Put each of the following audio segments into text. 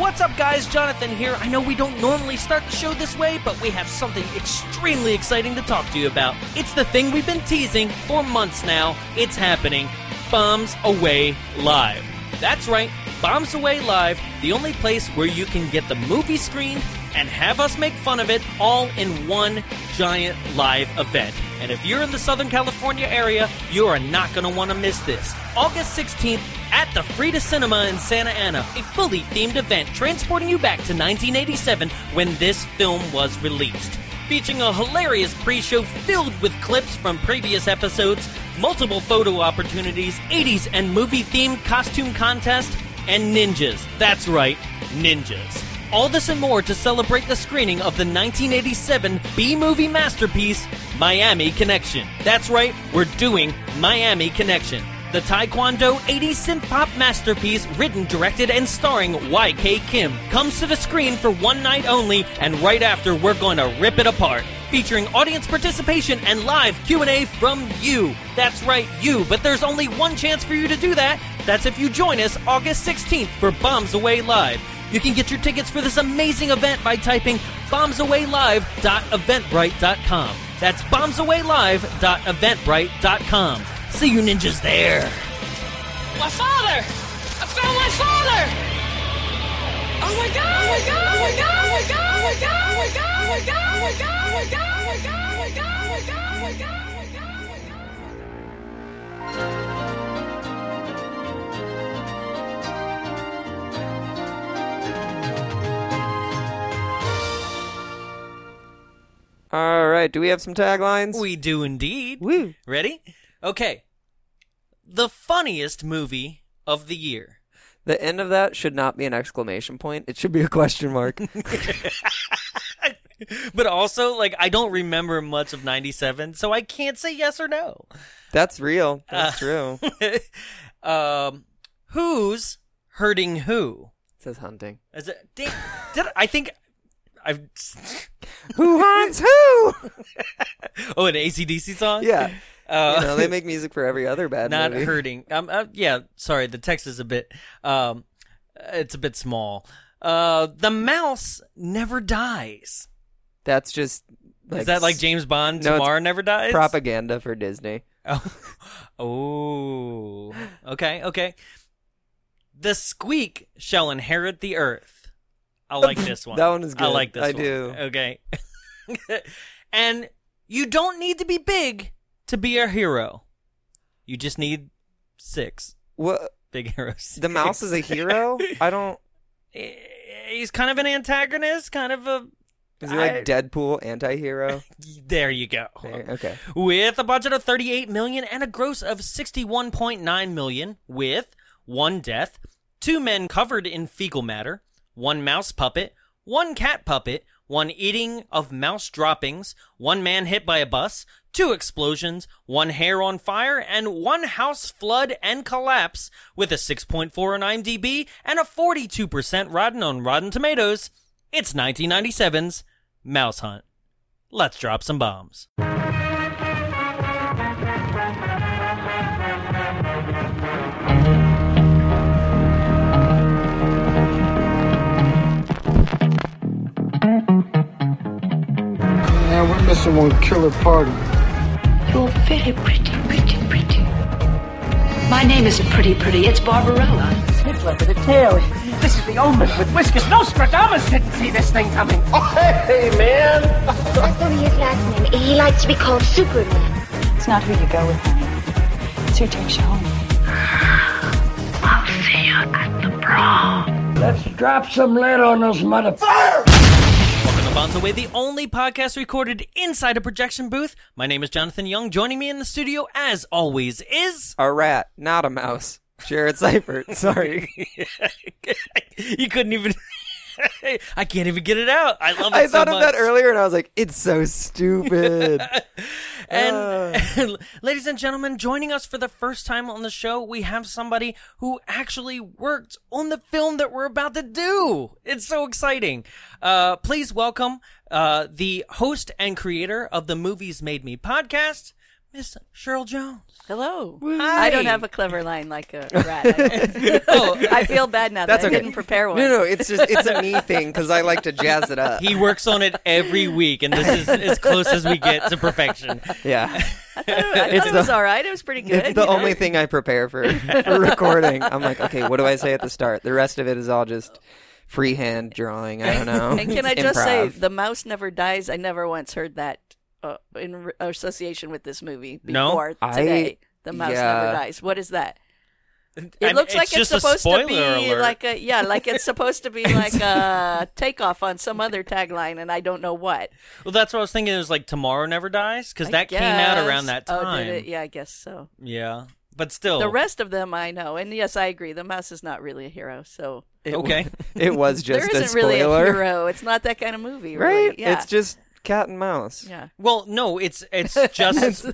What's up, guys? Jonathan here. I know we don't normally start the show this way, but we have something extremely exciting to talk to you about. It's the thing we've been teasing for months now. It's happening. Bombs Away Live. That's right, Bombs Away Live, the only place where you can get the movie screened and have us make fun of it all in one giant live event. And if you're in the Southern California area, you are not going to want to miss this. August 16th at the Frida Cinema in Santa Ana, a fully themed event transporting you back to 1987 when this film was released. Featuring a hilarious pre show filled with clips from previous episodes, multiple photo opportunities, 80s and movie themed costume contest, and ninjas. That's right, ninjas. All this and more to celebrate the screening of the 1987 B movie masterpiece, Miami Connection. That's right, we're doing Miami Connection. The Taekwondo 80s synth pop masterpiece, written, directed, and starring YK Kim, comes to the screen for one night only, and right after, we're going to rip it apart featuring audience participation and live Q&A from you. That's right, you, but there's only one chance for you to do that. That's if you join us August 16th for Bombs Away Live. You can get your tickets for this amazing event by typing bombsawaylive.eventbrite.com. That's bombsawaylive.eventbrite.com. See you ninjas there. My father! I found my father! Oh my god! Oh my god! Oh my god! Oh my god! Oh my god! Oh my god! Oh my god! Oh my god! Oh my god! Oh my god! Oh my god! Oh my god! Oh my god! Oh my god! Oh my god! All right. Do we have some taglines? We do indeed. Woo. Ready? Okay. The funniest movie of the year. The end of that should not be an exclamation point. It should be a question mark. but also like I don't remember much of 97, so I can't say yes or no. That's real. Uh. That's true. It um who's hurting who? says hunting. Is it did, did I think I've Who hunts who? Oh, an ACDC song? Yeah. Uh, You know, they make music for every other bad not movie. hurting. Um uh, yeah, sorry, the text is a bit um it's a bit small. Uh the mouse never dies. That's just like, is that like James Bond no, it's tomorrow never dies? propaganda for Disney. Oh. oh. Okay, okay. The squeak shall inherit the earth. I like this one. That one is I good. like this I one. do. Okay. and you don't need to be big to be a hero. You just need six What? big heroes. The mouse is a hero? I don't. He's kind of an antagonist, kind of a. Is he like I- Deadpool anti-hero? There you go. There, okay. with a budget of 38 million and a gross of 61.9 million with one death two men covered in fecal matter one mouse puppet one cat puppet one eating of mouse droppings one man hit by a bus two explosions one hair on fire and one house flood and collapse with a 6.4 on imdb and a 42% rotten on rotten tomatoes it's 1997's mouse hunt let's drop some bombs Now we're missing one killer party. You're very pretty, pretty, pretty. My name isn't pretty, pretty. It's Barbarella. Hitler with a tail. This is the omen with whiskers. Nostradamus didn't see this thing coming. Hey, man! That's only his last name. He likes to be called Superman. It's not who you go with, honey. It's who takes you home. I'll see you at the prom. Let's drop some lead on those motherfuckers. Welcome to Bonds Away, the only podcast recorded inside a projection booth. My name is Jonathan Young. Joining me in the studio, as always, is. A rat, not a mouse. Jared Seifert. Sorry. you couldn't even. I can't even get it out. I love it I so thought of much. that earlier and I was like, it's so stupid. Uh. And ladies and gentlemen, joining us for the first time on the show, we have somebody who actually worked on the film that we're about to do. It's so exciting. Uh, please welcome uh, the host and creator of the Movies Made Me podcast, Miss Cheryl Jones. Hello. Hi. I don't have a clever line like a rat. Oh, I feel bad now that That's I okay. didn't prepare one. No, no, it's just it's a me thing because I like to jazz it up. he works on it every week, and this is as close as we get to perfection. yeah, I It's thought it the- was all right. It was pretty good. it's the you know? only thing I prepare for, for recording. I'm like, okay, what do I say at the start? The rest of it is all just freehand drawing. I don't know. And can It's I just say, improv. the mouse never dies. I never once heard that uh, in re- association with this movie No. before I- today. the mouse yeah. never dies. What is that? It I mean, looks like it's just a supposed to spoiler be alert. like a yeah, like it's supposed to be like a takeoff on some other tagline, and I don't know what. Well, that's what I was thinking. It was like Tomorrow Never Dies because I that came out around that guess- time. Oh, did it? Yeah, I guess so. Yeah. But still, Oh. The rest of them I know, and yes, I agree. The mouse is not really a hero, so It w- okay. it was just there a isn't spoiler, really a hero. It's not that kind of movie, really. right? Yeah. It's just cat and mouse. yeah. Well, no, it's it's just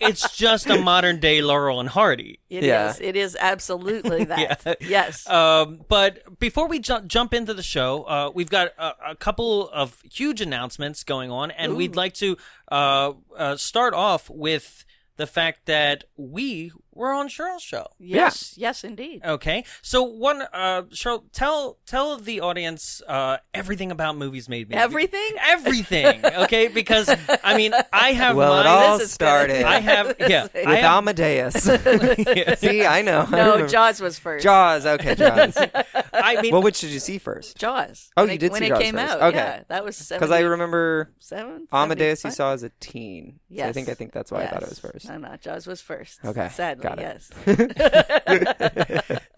it's just a modern day Laurel and Hardy. It is. Yeah. Oh, It is absolutely that. Yeah. Yes. Um, but before we ju- jump into the show, uh, we've got a, a couple of huge announcements going on, and we'd like to uh, uh, start off with the fact that we were on Cheryl's show. yes. Yes, indeed. Oh, Okay, so one, uh, Cheryl, tell tell the audience uh, everything about movies made me Everything? everything. Okay, because I mean, I have Well, my, it all This is started I have yeah, With I with have, Amadeus. see, I know. I No, remember. Jaws was first. Jaws. Okay, Jaws. I mean, well, which did you see first? Jaws. Oh, When you it- did when see it Jaws came first. out. Okay. yeah, that was Because I remember seven. Amadeus you saw as a teen. So Yes. I think I think that's why I thought it was first. No, no, Jaws was first. Okay, sadly, got it. yes.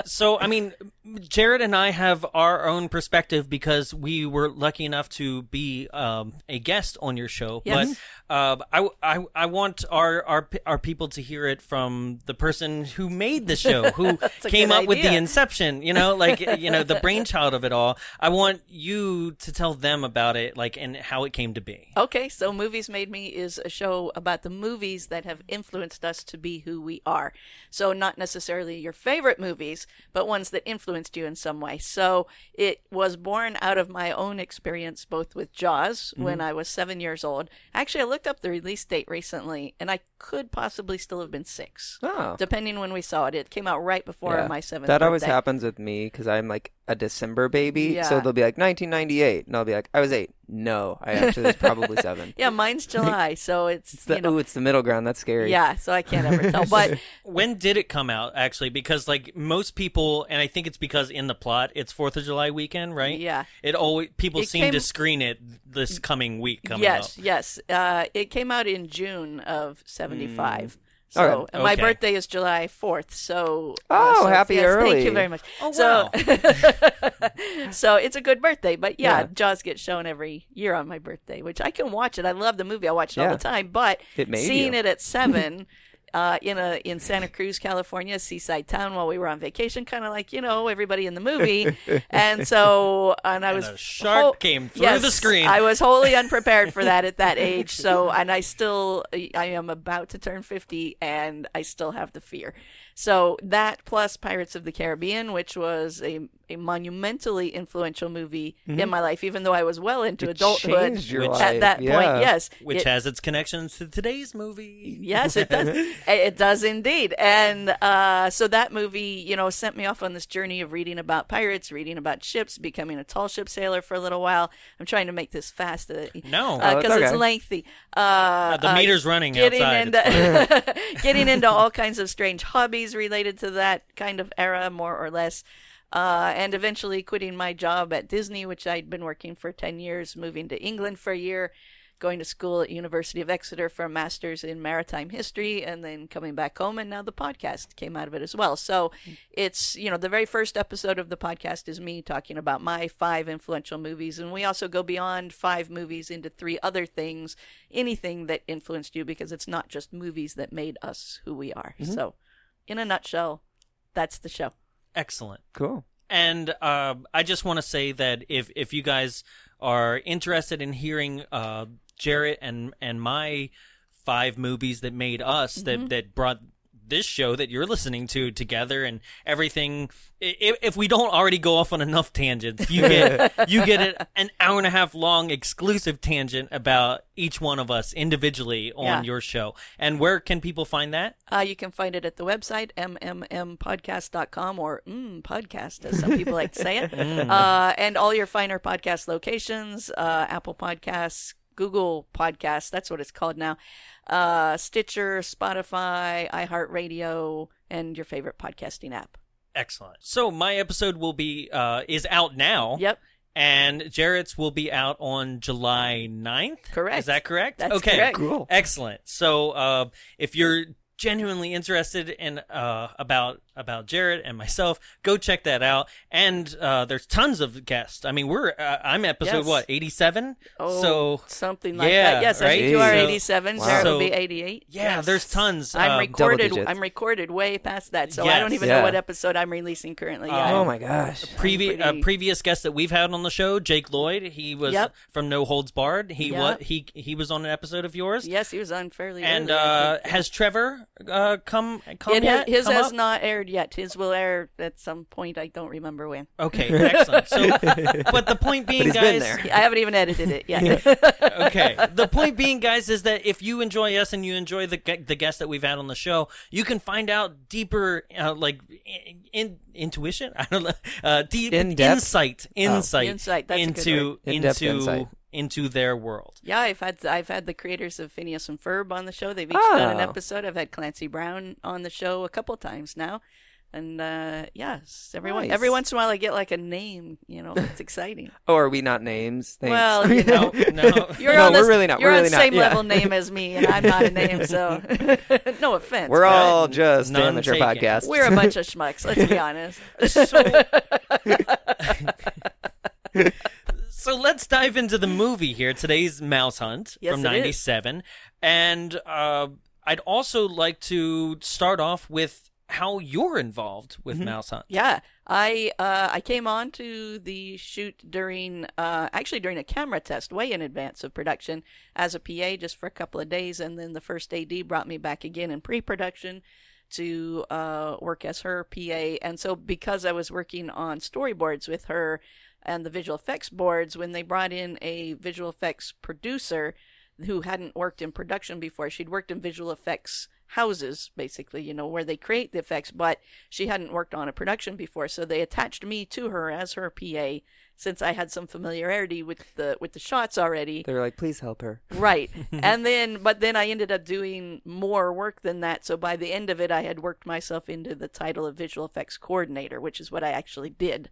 so I mean, Jared and I have our own perspective because we were lucky enough to be um, a guest on your show. Yes. Mm-hmm. But uh, I, I I want our our pe- our people to hear it from the person who made the show, who a came good up with the idea. inception. You know, like you know the brainchild of it all. I want you to tell them about it, like and how it came to be. Okay, so Movies Made Me is a show about the movies that have influenced us to be who we are. So, not necessarily your favorite movies, but ones that influenced you in some way. So, it was born out of my own experience, both with Jaws Mm-hmm. when I was seven years old. Actually, I looked up the release date recently, and I could possibly still have been six, Oh. depending when we saw it. It came out right before Yeah. my seventh that always birthday. happens with me because I'm like a December baby. Yeah. So they'll be like 1998, and I'll be like, I was eight. No, I actually was probably seven. Yeah, mine's July, so it's, It's the, you know, ooh, it's the middle ground. That's scary. yeah, so I can't ever tell. But When did it come out? Actually, because like most people, and I think it's because in the plot, it's Fourth of July weekend, right? Yeah. It always people It seem came- to screen it this coming week. Coming yes, up. yes. Uh, it came out in June of '75. So Okay. and my Mm. Okay. birthday is July 4th. So uh, Oh, so, happy yes, Thank early. you very much. Oh so, wow. so it's a good birthday, but yeah, Yeah. Jaws gets shown every year on my birthday, which I can watch it. I love the movie. I watch it all Yeah. the time, but It made seeing you. it at 7 Uh, in a in Santa Cruz, California, seaside town, while we were on vacation, kind of like you know everybody in the movie, and so and I was a shark came through the screen. I was wholly unprepared for that at that age. So, and I still, I am about to turn 50 and I still have the fear. So, that plus Pirates of the Caribbean, which was a, a monumentally influential movie in my life, even though I was well into adulthood Mm-hmm. changed your at life, that yeah. point. Yes. Which It- has its connections to today's movie. Yes, it does. it does indeed. And uh, so that movie, you know, sent me off on this journey of reading about pirates, reading about ships, becoming a tall ship sailor for a little while. I'm trying to make this fast. uh, No. uh, Oh, it's 'cause it's okay. lengthy. Uh, the uh, meter's running getting outside. Into, getting into all kinds of strange hobbies related to that kind of era, more or less. Uh, and eventually quitting my job at Disney, which I'd been working for 10 years, moving to England for a year, going to school at University of Exeter for a master's in maritime history, and then coming back home. And now the podcast came out of it as well. So it's, you know, the very first episode of the podcast is me talking about my five influential movies. And we also go beyond five movies into three other things, anything that influenced you, because it's not just movies that made us who we are. So, in a nutshell, that's the show. Excellent. Cool. And uh, I just want to say that if if you guys are interested in hearing uh, Mm-hmm. Jarrett and and my five movies that made us that that brought this show that you're listening to together and everything. i- i- If we don't already go off on enough tangents, you get you get a- an hour and a half long exclusive tangent about each one of us individually on Yeah. your show. And where can people find that? Uh, you can find it at the website, mmmpodcast.com or mm, podcast, as some people like to say it. Mm. Uh, and all your finer podcast locations, uh, Apple Podcasts, Google Podcasts, that's what it's called now, uh, Stitcher, Spotify, iHeartRadio, and your favorite podcasting app. Excellent. So my episode will be uh, is out now. Yep. And Jarrett's will be out on July 9th. Correct. Is that correct? That's okay. correct. Cool. Excellent. So uh, if you're genuinely interested in uh, about about Jared and myself, go check that out. And uh, there's tons of guests. I mean, we're uh, I'm episode Yes. what 87. Oh, so something like yeah, that. Yes, I right? think you are So- 87. Wow. Sarah will be So- 88. yeah, Yes. there's tons. I'm Um, recorded. digits. I'm recorded way past that, so I Yes. don't even Yeah. know what episode I'm releasing currently. Oh, Yeah. Oh my gosh. Previ- pretty- uh, previous guest that we've had on the show, Jake Lloyd. He was Yep. from No Holds Barred. He Yep. wa- he he was on an episode of yours. Yes, he was unfairly. And uh, has Trevor uh, come come it, yet? his Come has up? not aired yet. His will air at some point. I don't remember when. Okay, excellent. So, but the point being, But he's guys, been there. I haven't even edited it yet. okay. The point being, guys, is that if you enjoy us and you enjoy the gu- the guests that we've had on the show, you can find out deeper, uh, like in, in intuition. I don't know, uh, deep In-depth? insight, insight, Insight, that's a good into word. In-depth into Oh. insight. into their world. Yeah, I've had I've had the creators of Phineas and Ferb on the show. They've each done an Oh. episode. I've had Clancy Brown on the show a couple times now, and uh, yes, everyone Nice. every once in a while I get like a name. You know, it's exciting. Oh, are we not names? Thanks. Well, you No, no. You're No, on we're this- really not. You're We're on really not. same Yeah. level name as me, and I'm not a name, so no offense. We're but all just None amateur taken. podcasts. we're a bunch of schmucks. Let's be honest. So, so let's dive into the movie here. Today's Mouse Hunt Yes, from it is. '97, and uh, I'd also like to start off with how you're involved with Mm-hmm. Mouse Hunt. Uh, Yeah, I uh, I came on to the shoot during uh, actually during a camera test way in advance of production as a PA just for a couple of days, and then the first AD brought me back again in pre-production to uh, work as her PA, and so because I was working on storyboards with her and the visual effects boards, when they brought in a visual effects producer who hadn't worked in production before. She'd worked in visual effects houses, basically, you know, where they create the effects, but she hadn't worked on a production before. So they attached me to her as her PA since I had some familiarity with the with the shots already. They're like, please help her. Right. and then, but then I ended up doing more work than that. So by the end of it, I had worked myself into the title of visual effects coordinator, which is what I actually did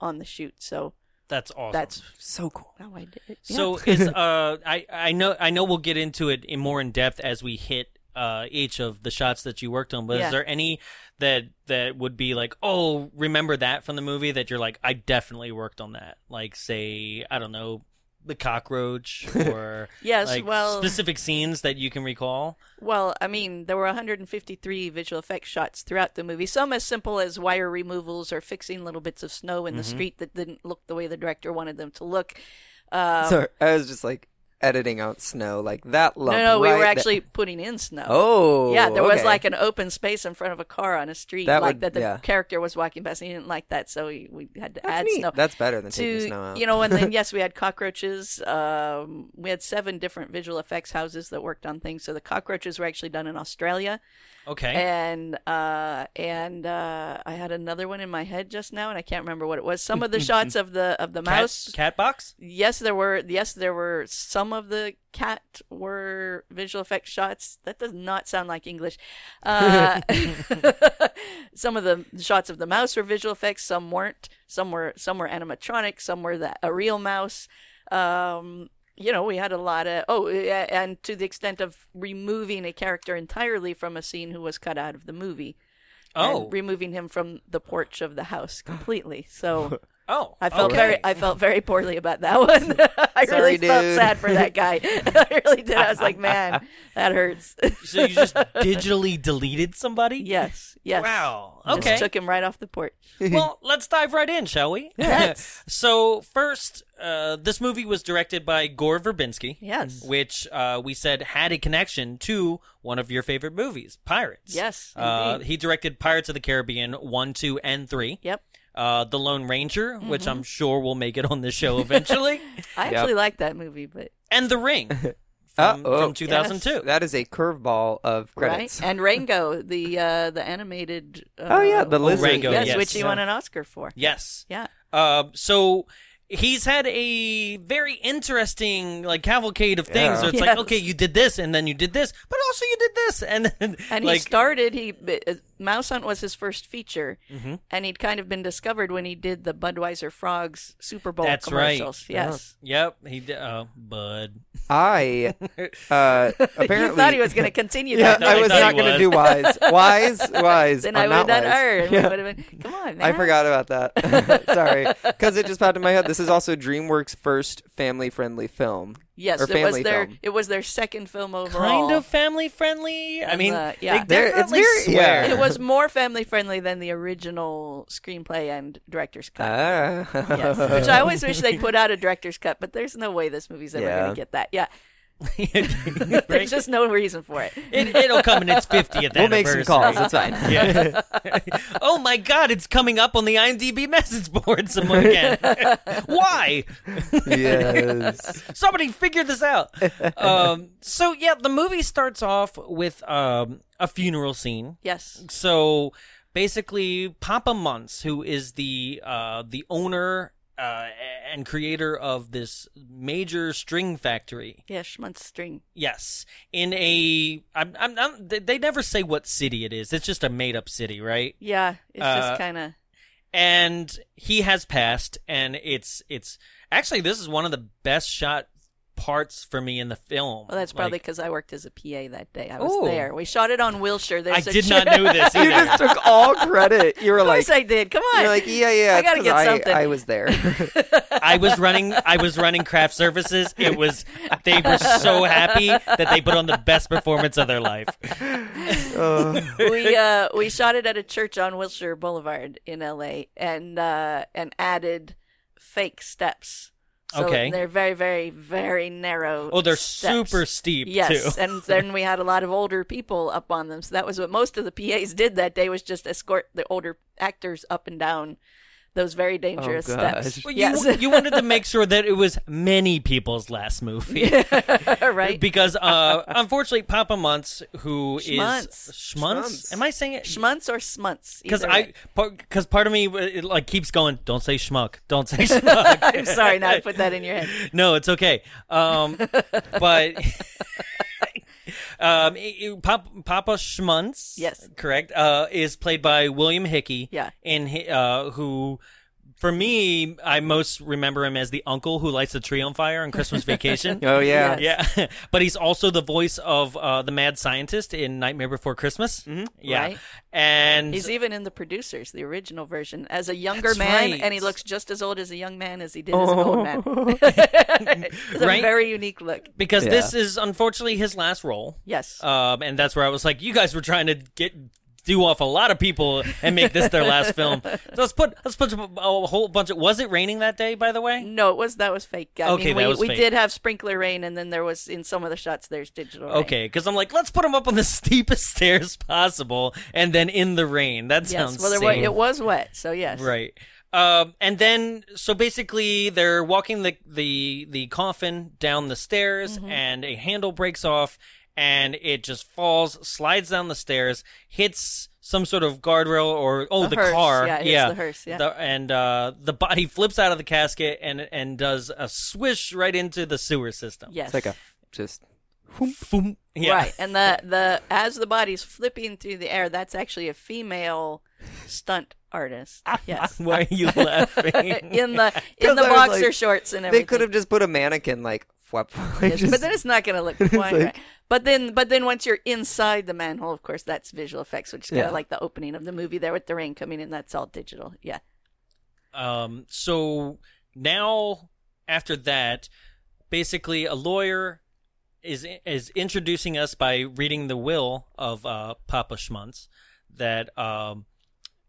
on the shoot. So That's awesome. that's So cool. how I did it. Yeah. So is uh I I know I know we'll get into it in more in depth as we hit uh each of the shots that you worked on, but Yeah. is there any that that would be like, oh, remember that from the movie that you're like, I definitely worked on that. Like say, I don't know, the cockroach or Yes, like well- specific scenes that you can recall. Well, I mean, there were 153 visual effects shots throughout the movie. Some as simple as wire removals or fixing little bits of snow in the street that didn't look the way the director wanted them to look. Uh, so I was just like editing out snow, like that no, lump. no, we right were there- actually putting in snow. Oh, yeah, there was okay. like an open space in front of a car on a street, That like would- that the yeah. character was walking past, and he didn't like that, so we, we had to That's add neat. snow. That's better than taking snow to out. you know and then yes we had cockroaches um, we had seven different visual effects houses that worked on things so the cockroaches were actually done in australia Okay. Eh, and uh and uh i had another one in my head just now and i can't remember what it was some of the shots of the of the cat, mouse cat box? yes there were yes there were some of the cat were visual effects shots that does not sound like english uh, some of the shots of the mouse were visual effects some weren't some were some were animatronic some were the, a real mouse um you know we had a lot of oh yeah, and to the extent of removing a character entirely from a scene who was cut out of the movie and Oh. removing him from the porch of the house completely so Oh, I felt okay. very, I felt very poorly about that one. I Sorry, really felt dude. sad for that guy. I really did. I was like, man, that hurts. so you just digitally deleted somebody? yes, yes. Wow. Just Okay. took him right off the porch. well, let's dive right in, shall we? Yes. so first, uh, this movie was directed by Gore Verbinski. Yes. Which uh, we said had a connection to one of your favorite movies, Pirates. Yes, Uh, indeed. he directed Pirates of the Caribbean one, two, and three. Yep. Uh, the Lone Ranger, Mm-hmm. which I'm sure will make it on the show eventually, I actually like that movie, but and The Ring Uh, from, oh. from 2002. That is a curveball of credits. right and Rango, the uh, the animated. Uh, Oh, yeah, the lizard. Rango, yes, yes. which he Yeah. won an Oscar for. Yes. Yeah. Uh, so he's had a very interesting like cavalcade of things. Yeah. So it's like, Yes. okay, you did this, and then you did this, but also you did this, and then And like, he started. He uh, Mouse Hunt was his first feature, Mm-hmm. and he'd kind of been discovered when he did the Budweiser Frogs Super Bowl That's right. commercials. Yes, Yep, he did. Oh, bud. I uh, apparently you thought he was going to continue Yeah, that. I I was thought he not going was. to do wise, wise, wise. then or I would have not done wise. her. and we Yeah. would've been- Come on, I man. forgot about that. Sorry, because it just popped in my head. This is also DreamWorks' first family-friendly film. Yes, or it was family their film. it was their second film overall. Kind of family friendly. I And, mean, uh, they yeah. There- it's definitely very- swear. yeah. It was more family friendly than the original screenplay and director's cut. Ah. Yes. Which I always wish they put out a director's cut, but there's no way this movie's ever Yeah. going to get that. Yeah. Right? There's just no reason for it. it, it'll come in its 50th We'll make some calls. It's fine. Yeah. oh my God! It's coming up on the IMDb message board somewhere again. Why? yes. Somebody figure this out. Um, so yeah, the movie starts off with um, a funeral scene. Yes. So basically, Papa Munce, who is the uh, the owner uh, and creator of this major string factory. Yeah, Schmuntz string. Yes, in a I'm, I'm, I'm they- they never say what city it is. It's just a made up city, right? Yeah, it's Uh, just kind of and he has passed and it's it's actually this is one of the best shot parts for me in the film well. That's probably Like, because I worked as a PA that day. I was Ooh. there. We shot it on Wilshire. There's i a did chair- not know this You either just took all credit. You were of course like, I did. Come on. you're like, yeah, yeah. I it's gotta 'cause get something. I was there. i was running i was running craft services it was they were so happy that they put on the best performance of their life we uh, we shot it at a church on Wilshire Boulevard in L.A. and uh, and added fake steps. So Okay. they're very, very, very narrow. oh they're steps. super steep Yes, too and then we had a lot of older people up on them, so that was what most of the PAs did that day was just escort the older actors up and down those very dangerous Oh, gosh. steps. Well, you, yes, you wanted to make sure that it was many people's last movie right. because uh unfortunately papa munce who is Schmuntz. Schmuntz? am i saying it Schmunts or smunts? Because either I, way. because part of me uh, it, like keeps going. Don't say schmuck. Don't say schmuck. I'm sorry, now I put that in your head. no, it's okay. Um, but um, it- it- Pop, Papa Schmuntz, Yes. correct, uh, is played by William Hickey. Yeah. and he, uh, who. For me, I most remember him as the uncle who lights the tree on fire on Christmas Vacation. oh yeah. Yeah, but he's also the voice of uh, the mad scientist in Nightmare Before Christmas. Mm-hmm. Yeah, Right. and He's even in the producers, the original version, as a younger That's man, right. Oh. and he looks just as old as a young man as he did as an old man. it's Right? a very unique look. because this is unfortunately his last role. Yes. Um, and that's where I was like, you guys were trying to get do off a lot of people and make this their last film. So let's put let's put a whole bunch of. Was it raining that day? By the way. No, it was that was fake. I Okay, mean, we, that was we fake. did have sprinkler rain, and then there was in some of the shots there's digital. rain. Okay, because I'm like, let's put him up on the steepest stairs possible, and then in the rain. That Yes. sounds well, there was, safe. it was wet, so yes. right. Um, and then so basically they're walking the the the coffin down the stairs, Mm-hmm. and a handle breaks off, and it just falls, slides down the stairs, hits some sort of guardrail or oh The the hearse, car, yeah, it hits the hearse, yeah. The- and uh, the body flips out of the casket and and does a swish right into the sewer system. Yes. It's like a just. Foom. yeah. Right, and the the as the body's flipping through the air, that's actually a female stunt artist. Yes. Why are you laughing? in the in the I was boxer like, shorts and everything. They could have just put a mannequin like. Flap, like Yes, just- but then it's not going to look quite like- right. But then, but then once you're inside the manhole, of course, that's visual effects, which is kind of Yeah. like the opening of the movie there with the rain coming in. That's all digital. Yeah. Um, so now after that, basically a lawyer is is introducing us by reading the will of uh, Papa Schmuntz that um,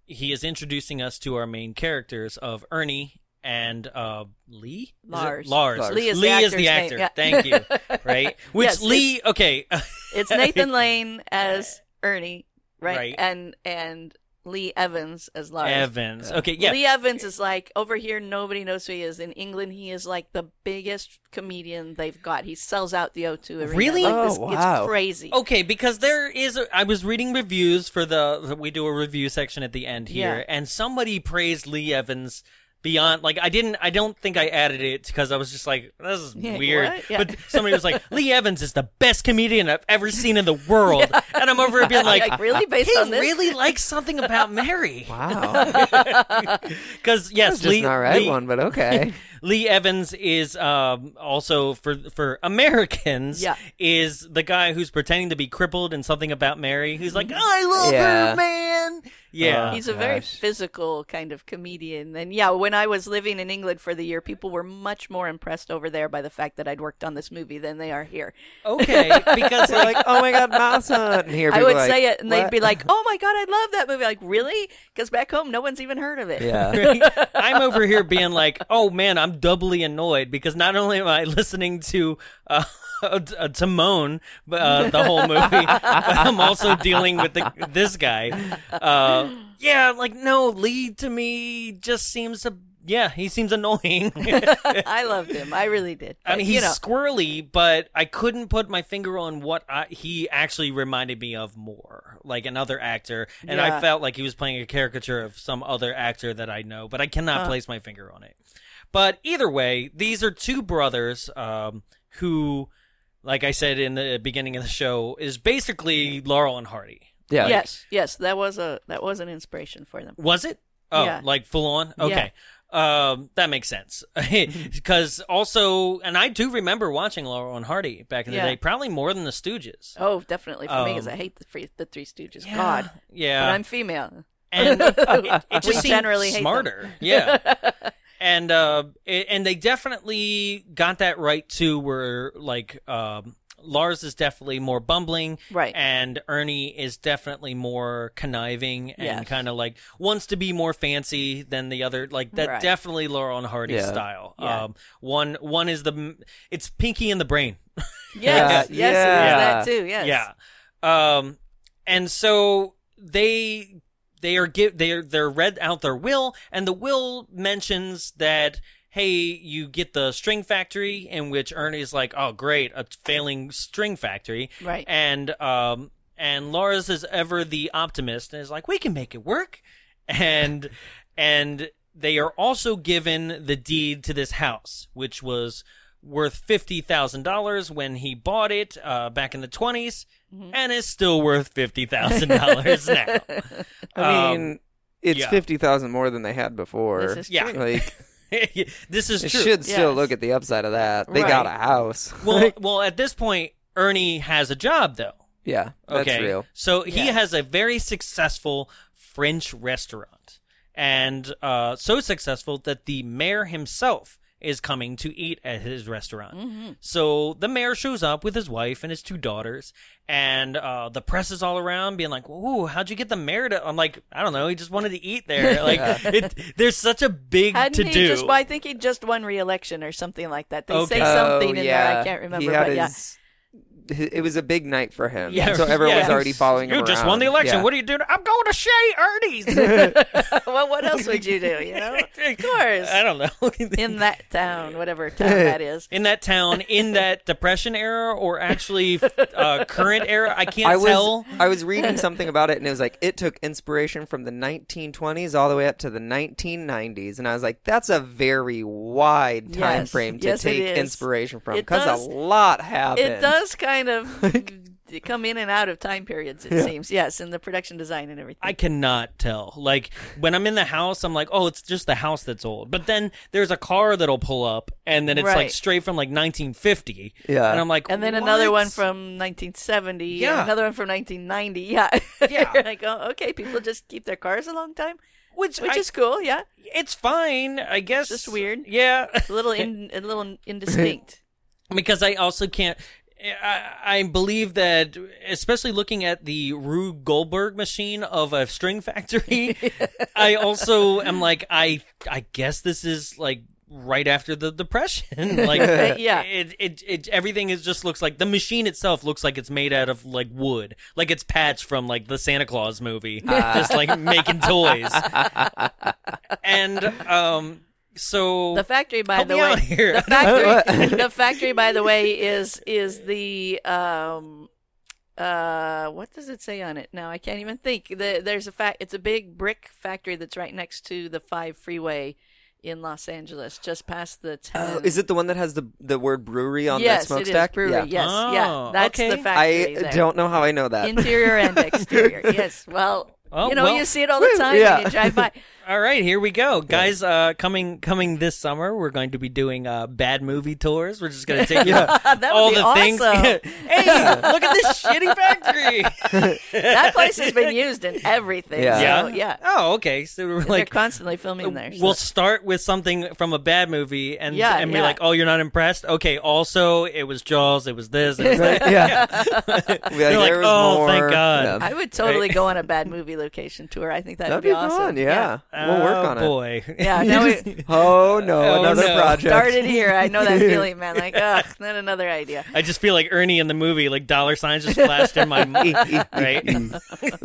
he is introducing us to our main characters of Ernie and uh, Lee Is it Lars. Lars. Lars. Lee is the actor's name, actor. yeah. Thank you. Right. Which Yes, Lee? Okay. It's Nathan Lane as Ernie, right? Right. And and Lee Evans as Lars. Evans. Okay. Yeah. Lee Evans is like over here. Nobody knows who he is. In England, he is like the biggest comedian they've got. He sells out the O2 arena. Really? Oh, Like, Oh, this- wow. It's crazy. Okay, because there is. A, I was reading reviews for the. We do a review section at the end here, Yeah. and somebody praised Lee Evans beyond. Like I didn't. I don't think I added it because I was just like, this is Yeah, weird. what? Yeah. But somebody was like, Lee Evans is the best comedian I've ever seen in the world, and I'm over here being like. Like, really? Based he on this? really likes something about Mary, Wow. because That's yes, just Lee, an all right Lee- one, but okay. Lee Evans is um, also for for Americans Yeah. is the guy who's pretending to be crippled and something about Mary who's like I love Yeah. her man yeah Uh, Uh-huh. He's a very Gosh. physical kind of comedian. And yeah, when I was living in England for the year, people were much more impressed over there by the fact that I'd worked on this movie than they are here. okay because They're like like, oh my god, mouse hunt. And here I people would are like, say it, and they'd "What?" be like, "Oh my god, I love that movie!" Like, really? Because back home, no one's even heard of it. yeah. I'm over here being like oh man I'm doubly annoyed because not only am I listening to uh, uh, Timon uh, the whole movie but I'm also dealing with the, this guy uh, yeah like no Lee to me just seems a yeah, he seems annoying. I loved him. I really did. I mean, But, he's Uh, you know, squirrely, but I couldn't put my finger on what I, he actually reminded me of more, like another actor. And I Yeah. felt like he was playing a caricature of some other actor that I know, but I Uh. cannot place my finger on it. But either way, these are two brothers um, who, like I said in the beginning of the show, is basically Laurel and Hardy. yeah. like, yes, yes, that was a that was an inspiration for them. Was it? Oh, Yeah. Mm-hmm. like full on? Okay. Um, that makes sense. Because also, and I do remember watching Laurel and Hardy back in the Yeah. day, probably more than the Stooges. Oh, definitely for me, because Um, I hate the three, the Three Stooges. God, Yeah. but I'm female. and it, it We just seemed generally hate them. smarter. Yeah. And uh, it, and they definitely got that right too. Where like um, Lars is definitely more bumbling, Right. And Ernie is definitely more conniving and Yes. kind of like wants to be more fancy than the other. Like that, Right. definitely Laurel and Hardy Yeah. style. Yeah. Um, one one is the it's Pinky in the Brain. Yes, yes, yeah. it was that too. Yes, Yeah. Um, and so they they are give they are they're read out their will, and the will mentions that hey, you get the string factory, in which Ernie's like, oh great, a failing string factory, Right. And um, and Laura's is ever the optimist, and is like, we can make it work, and and they are also given the deed to this house, which was worth fifty thousand dollars when he bought it uh, back in the 20s and is still worth fifty thousand dollars now. I Um, mean, it's yeah. fifty thousand more than they had before. This is Yeah. true. Like this is they true. should still Yes. look at the upside of that. They Right. got a house. Well, well, at this point, Ernie has a job though. yeah, that's Okay, real. so he Yeah. has a very successful French restaurant, and uh, so successful that the mayor himself is coming to eat at his restaurant. Mm-hmm. So the mayor shows up with his wife and his two daughters, and uh, the press is all around being like, "Ooh, how'd you get the mayor to?" I'm like, "I don't know. He just wanted to eat there." Like, it, there's such a big Hadn't to he do. just? Well, I think he just won re-election or something like that. They Okay. say something oh, in yeah. there. I can't remember, He had but yeah, his, hi- It was a big night for him, Yeah, so everyone yeah. was already following you him. just around. won the election. Yeah. What are you doing? I'm going to Shea Ernie's. well, what else would you do? You know, of course, I don't know. in that town, whatever town that is. in that town in that depression era or actually uh, current era i can't I was tell I was reading something about it, and it was like it took inspiration from the 1920s all the way up to the 1990s, and I was like, that's a very wide time Yes. frame to Yes, it take is. inspiration from It because does- a lot happened. It does kind of come in and out of time periods. It seems yes, in the production design and everything. i cannot tell like when i'm in the house i'm like oh it's just the house that's old but then there's a car that'll pull up and then it's like Right. straight from like 1950 Yeah. and i'm like and then another "What?" one from 1970. Yeah. and another one from 1990. Yeah, Yeah. like oh, okay, people just keep their cars a long time. which which I- is cool. Yeah, it's fine, I guess. Just weird. Yeah, a little in, a little indistinct. because I also can't. I, I believe that, especially looking at the Rube Goldberg machine of a string factory, I also am like, I I guess this is like right after the depression. like, Yeah. it, it it everything is just looks like the machine itself looks like it's made out of like wood, like it's patched from like the Santa Claus movie, Ah. just like making toys. and um, Oh. so The factory, by Help the me way, out here. the factory, the factory, by the way, is is the um uh what does it say on it? No, I can't even think. The, there's a fact. It's a big brick factory that's right next to the five freeway in Los Angeles, just past the town. Oh, is it the one that has the the word brewery on yes, the smokestack? it is brewery. Yeah. Yes, Oh, yeah, that's the okay. factory. I there. don't know how I know that. interior and exterior. Yes, well, Well, you know, well. you see it all the time Yeah. when you drive by. All right, here we go, guys. Uh, coming coming this summer, we're going to be doing uh, bad movie tours. We're just going to take you That would all be the things. awesome. hey, look at this shitty factory. That place has been used in everything. Yeah. Yeah, so, yeah. Oh, okay. So we're They're like. uh, constantly filming there. so- We'll start with something from a bad movie and Yeah, and be yeah. like, "Oh, you're not impressed? Okay. Also, it was Jaws. It was this. It was that. yeah. They're like, "Oh, thank God." I would totally go on a bad movie location tour. I think that would That'd be, be awesome. fun. Yeah. We'll work on oh, boy. it. Yeah, now we it. Oh no, Oh, another no. project. started here. I know that feeling, man. Like, ugh, then another idea. I just feel like Ernie in the movie, like dollar signs just flashed in my mind. Right?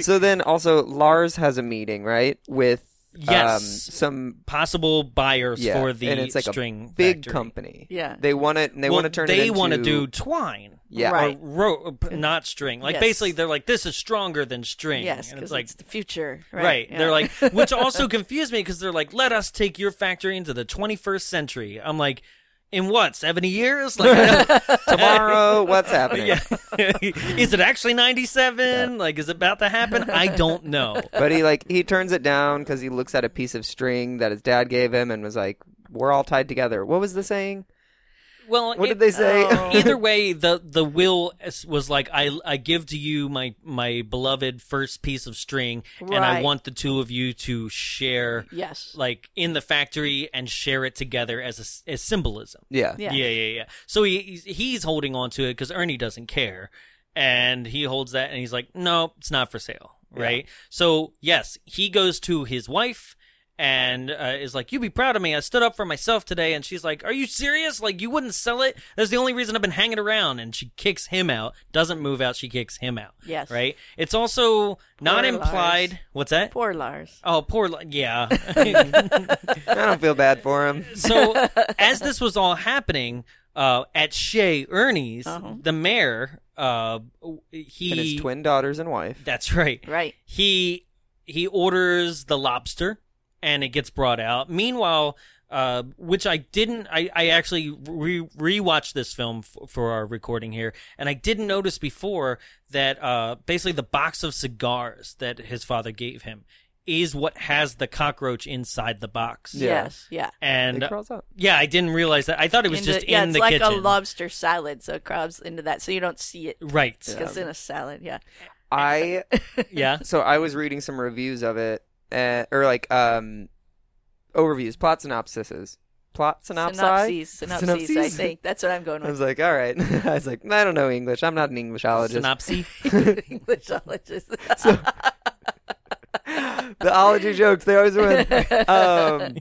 so then also Lars has a meeting, right? With Yes. um, some Possible buyers yeah, for the and it's like string a big factory. company. Yeah. They want it and they Well, want to turn they it into want to do twine Yeah. Right. or rope not string like Yes. basically they're like this is stronger than string Yes, and it's because like it's the future. Right. Right. They're like, which also confused me because they're like, let us take your factory into the 21st century. I'm like, in what, 70 years? Like, I Tomorrow, what's happening? don't- is it actually 97? Like, is it about to happen? I don't know. But he like he turns it down because he looks at a piece of string that his dad gave him and was like, "We're all tied together." What was the saying? Well, What it- uh, did they say? either way the the will is- was like i i give to you my my beloved first piece of string and i Right. want the two of you to share Yes. like in the factory and share it together as a s- as symbolism yeah. Yeah. yeah yeah yeah. so he he's- he's holding on to it because ernie doesn't care and he holds that and he's like no it's not for sale right so yes he goes to his wife and uh, is like, "You be proud of me. I stood up for myself today." And she's like, "Are you serious? Like you wouldn't sell it? That's the only reason I've been hanging around." And she kicks him out. Doesn't move out. She kicks him out. Yes. Right. It's also not Lars. implied. What's that? Poor Lars. oh, poor. Li- Yeah. I don't feel bad for him. so as this was all happening uh, at Shea Ernie's, the mayor, uh, he Uh-huh. And his twin daughters and wife. That's right. Right. He he orders the lobster and it gets brought out. Meanwhile, uh, which I didn't, I, I actually re rewatched this film f- for our recording here, and I didn't notice before that uh, basically the box of cigars that his father gave him is what has the cockroach inside the box. Yeah. Yes. Yeah. And It crawls up. yeah, I didn't realize that. I thought it was In just the, yeah, in it's the like kitchen. a lobster salad, so it crowds into that, so you don't see it. right. It's in a salad. Yeah. I Yeah. so I was reading some reviews of it, uh, or like um, overviews, plot synopsises, plot synopsis, Synopses. Synopses. I think that's what I'm going I was with. like, all right. I was like, I don't know English. I'm not an Englishologist. Synopsis. Englishologist. the ology jokes they always win. Um,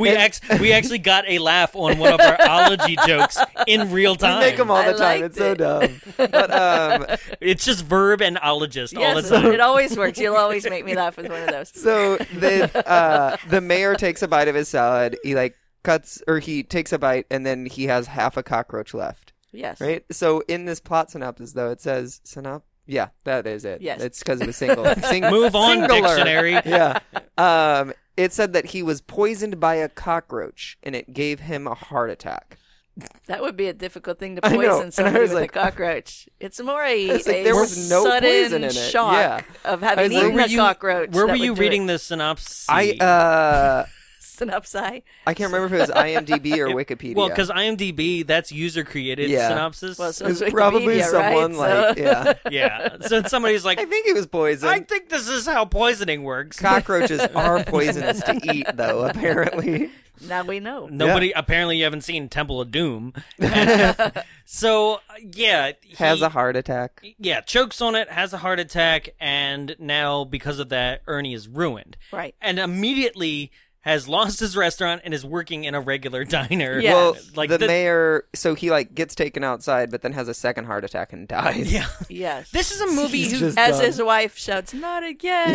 We act- we actually got a laugh on one of our ology jokes in real we time. make them all I the time. liked It's so it. dumb. But um, It's just verb and ologist all the yes, time. it always works. You'll always make me laugh with one of those. so the uh, the mayor takes a bite of his salad. He like cuts or he takes a bite and then he has half a cockroach left. Yes. Right. So in this plot synopsis, though, it says synop. Yeah, that is it. Yes. it's because of a single. Sing- Move on, singular. dictionary. Yeah. Um, it said that he was poisoned by a cockroach and it gave him a heart attack. That would be a difficult thing to I know, poison and I somebody was with like- a cockroach. It's more a, was like, a there was no sudden poison in it. shock Yeah. of I having was like, eaten were a cockroach. Where were that would you do reading it. the synopsis? I uh, synopsis. I can't remember if it was IMDb or Wikipedia. Well, because IMDb, that's user created Yeah. synopsis. Well, so it was Wikipedia, probably right? someone So- like yeah. yeah. So somebody's like, I think it was poison. I think this is how poisoning works. Cockroaches are poisonous to eat, though. Apparently, Now we know. Nobody apparently you haven't seen Temple of Doom. so uh, yeah, he, has a heart attack. yeah chokes on it, has a heart attack, and now because of that, Ernie is ruined. Right. and immediately has lost his restaurant and is working in a regular diner. Yeah. Well, like the, the- mayor, so he like gets taken outside, but then has a second heart attack and dies. yeah. Yes. This is a movie who just As dumb. his wife shouts, "Not again!"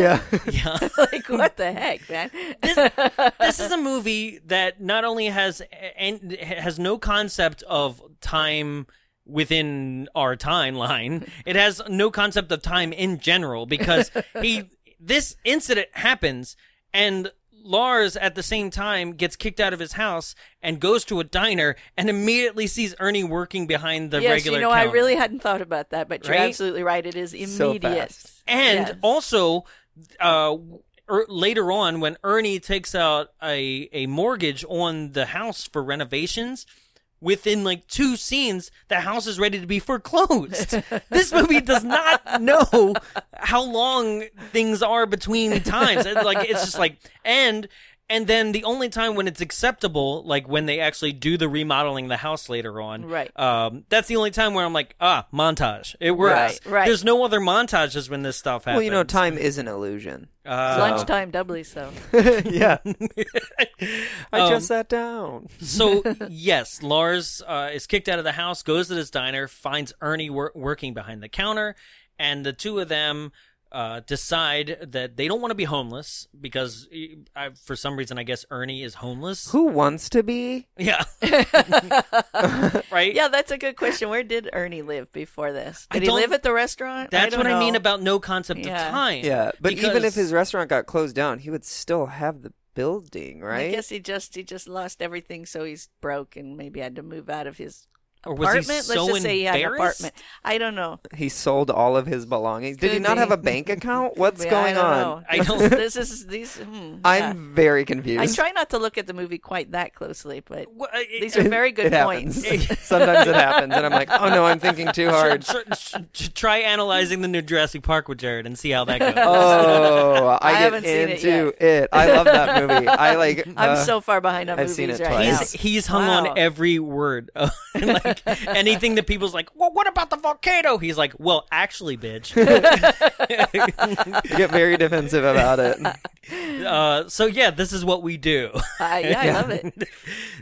yeah. yeah. like what the heck, man? this is a movie that not only has and has no concept of time within our timeline it has no concept of time in general because he this incident happens and Lars at the same time gets kicked out of his house and goes to a diner and immediately sees Ernie working behind the yes, regular you know, I counter. really hadn't thought about that, but you're Right? absolutely right. It is So immediate. fast. And Yes. also, uh, er, later on, when Ernie takes out a, a mortgage on the house for renovations, within like two scenes, the house is ready to be foreclosed. this movie does not know how long things are between times. It's like it's just like and. And then the only time when it's acceptable, like when they actually do the remodeling of the house later on, Right. Um, that's the only time where I'm like, ah, montage, it works. Right, right. There's there's no other montages when this stuff happens. Well, you know, time is an illusion. Uh, Lunchtime doubly so. yeah. I Um, just sat down. so yes, Lars uh, is kicked out of the house, goes to this diner, finds Ernie wor- working behind the counter, and the two of them uh, decide that they don't want to be homeless because eh, I, for some reason I guess Ernie is homeless. Who wants to be? Yeah, right. Yeah, that's a good question. Where did Ernie live before this? I Did he don't- live at the restaurant? That's I what don't I mean know. about no concept Yeah. of time. Yeah. But even if Because- his restaurant got closed down, he would still have the building, right? I guess he just he just lost everything, so he's broke and maybe had to move out of his Or was he apartment. Let's so just say he had an embarrassed? apartment. I don't know. He sold all of his belongings. Did he Could not be. have a bank account? What's Yeah, going I don't on? Know. I This don't- is- This is these. Hmm, yeah. I'm very I confused. try not to look at the movie quite that closely, but Well, eh, eh, these are very good it points. Happens. Sometimes it happens, and I'm like, oh no, I'm thinking too hard. tr- tr- tr- try analyzing the new Jurassic Park with Jared and see how that goes. Oh, I, I get haven't seen it into it, I love that movie. I like. I'm uh, so far behind on I've movies seen it right twice. He's he's hung Wow. on every word. like anything that people's like, well, what about the volcano? He's like, well, actually, bitch. I get very defensive about it. uh, so yeah, this is what we do. now. I, yeah, I love it.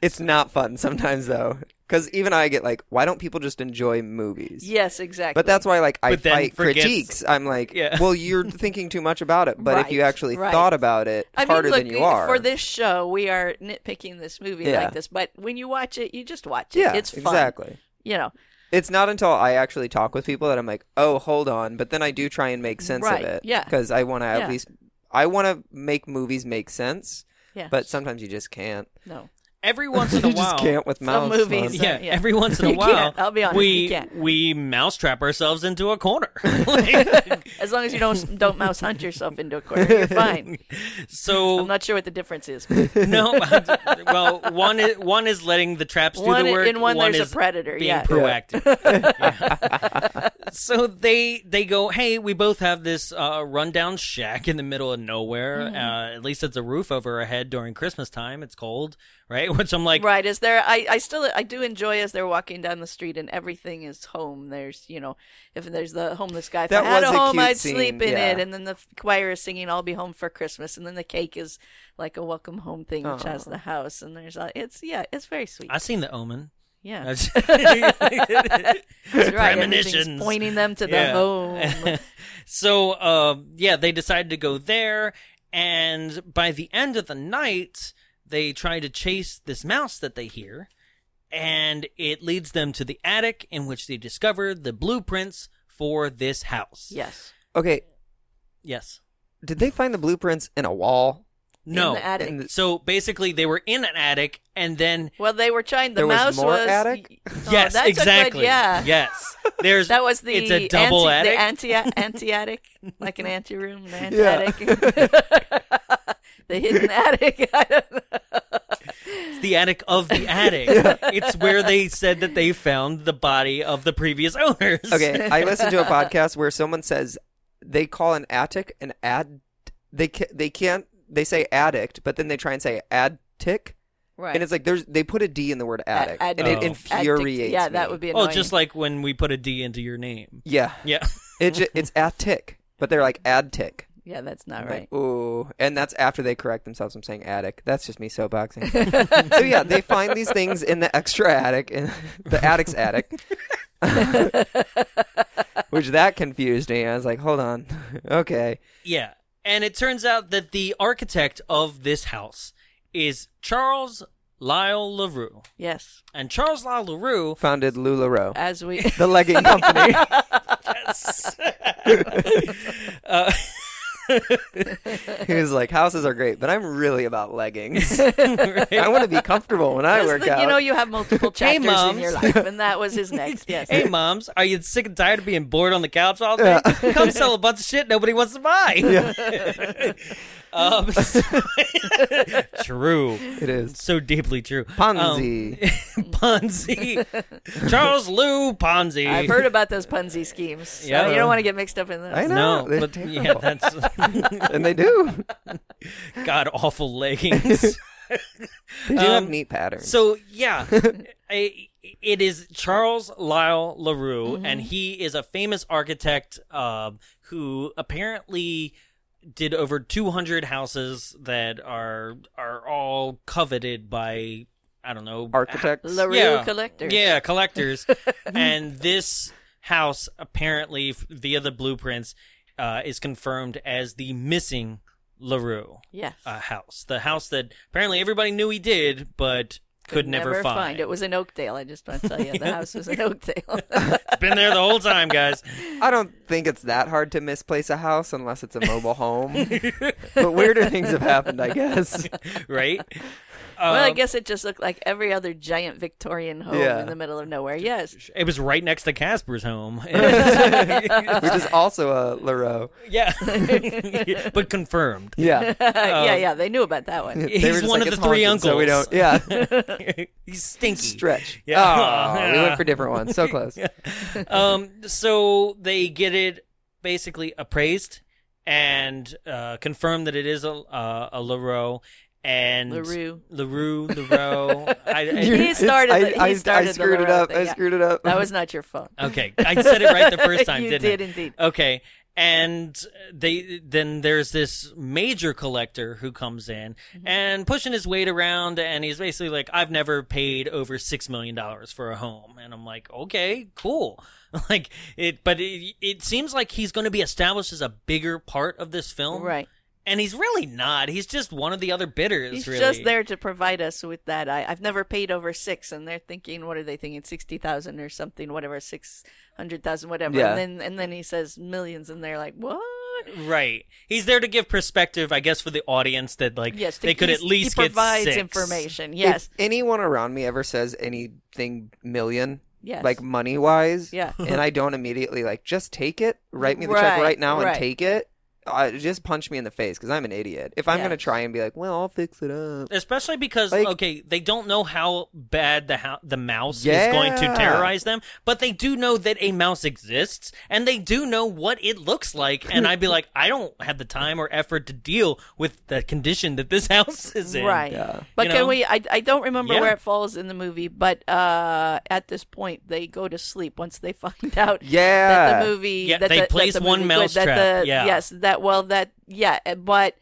It's not fun sometimes though, because even I get like, why don't people just enjoy movies? Yes, exactly. But that's why, like, I But then fight forgets- critiques. I'm like, Yeah. well, you're thinking too much about it. But if Right, you actually right. thought about it I mean, harder look, than you are, for this show, we are nitpicking this movie Yeah. like this, but when you watch it, you just watch it. yeah, it's fun. exactly. You know, It's not until I actually talk with people that I'm like, oh, hold on. But then I do try and make sense Right, of it. yeah. Because I want to Yeah. at least, I want to make movies make sense. Yeah. But sometimes you just can't. no. Every once in a you while, just can't with Some mouse. movies. Yeah, Yeah. every once in a You while, can't. I'll be honest, you we can't. we mousetrap ourselves into a corner. Like, As long as you don't don't mouse hunt yourself into a corner, you're fine. so I'm not sure what the difference is. but no, well, one is one is letting the traps do One- the work. in one there's a is predator, being yeah. proactive. Yeah. so they they go, hey, we both have this uh, rundown shack in the middle of nowhere. Mm-hmm. Uh, at least it's a roof over our head during Christmas time. It's cold, right? Which I'm like, Right, as they're I, I still I do enjoy as they're walking down the street and everything is home. There's you know if there's the homeless guy. If That I had was a a home, cute I'd scene, sleep in yeah. it, and then the choir is singing "I'll Be Home for Christmas," and then the cake is like a welcome home thing, which has the house, and there's a, it's yeah, it's very sweet. I've seen The Omen. yeah, That's that's right. everything's premonitions. pointing them to the Yeah. home. So, uh, yeah, they decided to go there, and by the end of the night, they try to chase this mouse that they hear, and it leads them to the attic in which they discover the blueprints for this house. yes, Okay. Yes. Did they find the blueprints in a wall? No. in the attic. In the- So basically, they were in an attic, and then well, they were trying. The There was mouse more attic? Oh, yes, that's a good- exactly. yeah. Yes. There's That was the it's a double anti, attic. the anti anti attic, like an ante room, an anti Yeah. attic. the hidden attic. I don't know. It's the attic of the attic. It's where they said that they found the body of the previous owners. Okay, I listened to a podcast where someone says they call an attic an ad. They ca- they can't they say addict, but then they try and say addict, Right. and it's like there's they put a d in the word Ad- addict, addict. and it Oh. infuriates. Yeah, me. that would be Oh, annoying. just like when we put a D into your name. yeah. Yeah. It ju- it's attic, but they're like addict. yeah, that's not Like, right. ooh, and that's after they correct themselves from saying attic. That's just me soapboxing. so yeah, they find these things in the extra attic, in the attic's attic. Which that confused me. I was like, hold on, okay. Yeah. And it turns out that the architect of this house is Charles Lyle LaRue. Yes, And Charles Lyle LaRue Founded LuLaRoe, as we. the legging company. uh, he was like, houses are great, but I'm really about leggings. I want to be comfortable when I Just work that, out. You know, you have multiple Hey, chapters in your moms. life, and that was his next. Yes. Hey moms, are you sick and tired of being bored on the couch all day? Come sell a bunch of shit nobody wants to buy. um, true. it is So deeply true. Ponzi. Um, Ponzi. Charles Lou Ponzi. I've heard about those Ponzi schemes. So Yeah. You don't want to get mixed up in those. I know. no, they're but yeah, terrible. that's and they do. god awful leggings. They do have Um, neat patterns. So yeah, I, it is Charles Lyle Larue, Mm-hmm. and he is a famous architect um, who apparently did over 200 houses that are are all coveted by I don't know architects. LaRue yeah, collectors. Yeah, collectors. and this house apparently f- via the blueprints uh, is confirmed as the missing Larue Yes. uh, house. The house that apparently everybody knew he did, but could, never, find. It was in Oakdale. I just want to tell you, the house was in Oakdale. It's been there the whole time, guys. I don't think it's that hard to misplace a house unless it's a mobile home. but weirder things have happened, I guess. Right? well, I Um, guess it just looked like every other giant Victorian home Yeah. in the middle of nowhere. Yes. it was right next to Casper's home. Which is also a LaRoe. yeah. but confirmed. Yeah. um, yeah, yeah, they knew about that one. He's They were just one like, of the "It's three haunted, So we uncles." don't, yeah. He's stinky. Stretch. Yeah. Oh, we went for different ones. So close. um, so they get it basically appraised and uh, confirm that it is a uh, a Larue and LaRue. Larue Larue. I, He started It's- the- he I, I, started I the screwed it LaRoe up. thing, I yeah. screwed it up. That was not your fault. I, okay, I said it right the first time. you didn't did I? indeed. Okay, and they then there's this major collector who comes in Mm-hmm. and pushing his weight around, and he's basically like, "I've never paid over six million dollars for a home," and I'm like, "Okay, cool." Like it, but it, it seems like he's going to be established as a bigger part of this film, Right. And he's really not. He's just one of the other bidders. He's really. just there to provide us with that. I, I've never paid over six, and they're thinking, what are they thinking, sixty thousand or something, whatever, six hundred thousand, whatever. Yeah. And then and then he says millions, and they're like, what? Right. He's there to give perspective, I guess, for the audience that like Yes, to- they could he's- at least he get provides six. information. Yes, If anyone around me ever says anything million, Yes. like money wise, Yeah. and I don't immediately like just take it, write me the check Right, right now right. and take it. I, just punch me in the face because I'm an idiot. If I'm Yes. gonna try and be like, well, I'll fix it up. Especially because Like- okay, they don't know how bad the ho- the mouse is Yeah. going to terrorize them, but they do know that a mouse exists, and they do know what it looks like. And I'd be like, I don't have the time or effort to deal with the condition that this house is in. right. But You can know? we? I, I don't remember Yeah. where it falls in the movie, but uh, at this point they go to sleep once they find out. that Yeah. the movie Yeah, that they the, that place the one movie- good, that mousetrap, the- yeah. yes that well that yeah eh, but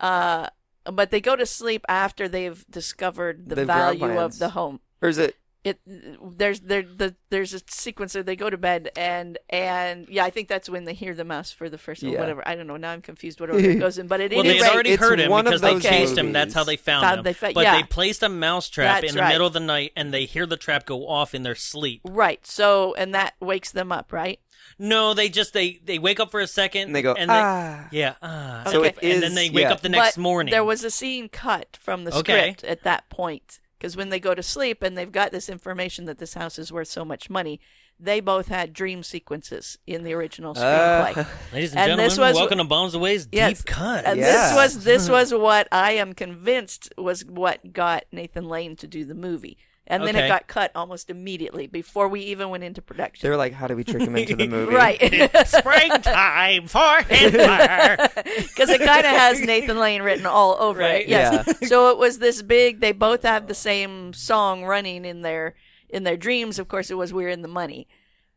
uh but they go to sleep after they've discovered the The ground value of plans. the home Or is it? it there's there the there's a sequence where they go to bed and and yeah I think that's when they hear the mouse for the first or Yeah. whatever I don't know now I'm confused what order it goes in but at Well, any they had rate already it's heard him one of because they those chased him. movies. That's how they found, Found- him. they fa- but yeah. they placed a mousetrap That's in the right. middle of the night, and they hear the trap go off in their sleep. right so and that wakes them up right No, they just they they wake up for a second And they go, and "Ah." yeah ah, So and, it then is- they wake yeah. up the next But morning. there was a scene cut from the Okay. script at that point Because when they go to sleep and they've got this information that this house is worth so much money, they both had dream sequences in the original screenplay. Ladies and, And gentlemen, this was- welcome to Bombs Away's Yes. Deep Cut. And Yeah. this was this was what I am convinced was what got Nathan Lane to do the movie. And then Okay. it got cut almost immediately before we even went into They production. were like, how do we trick him into the movie? Right. Springtime for Hitler. Because it kind of has Nathan Lane written all over Right. it. Yes. so it was this big. They both have the same song running in their in their dreams. Of course, it was "We're in the Money,"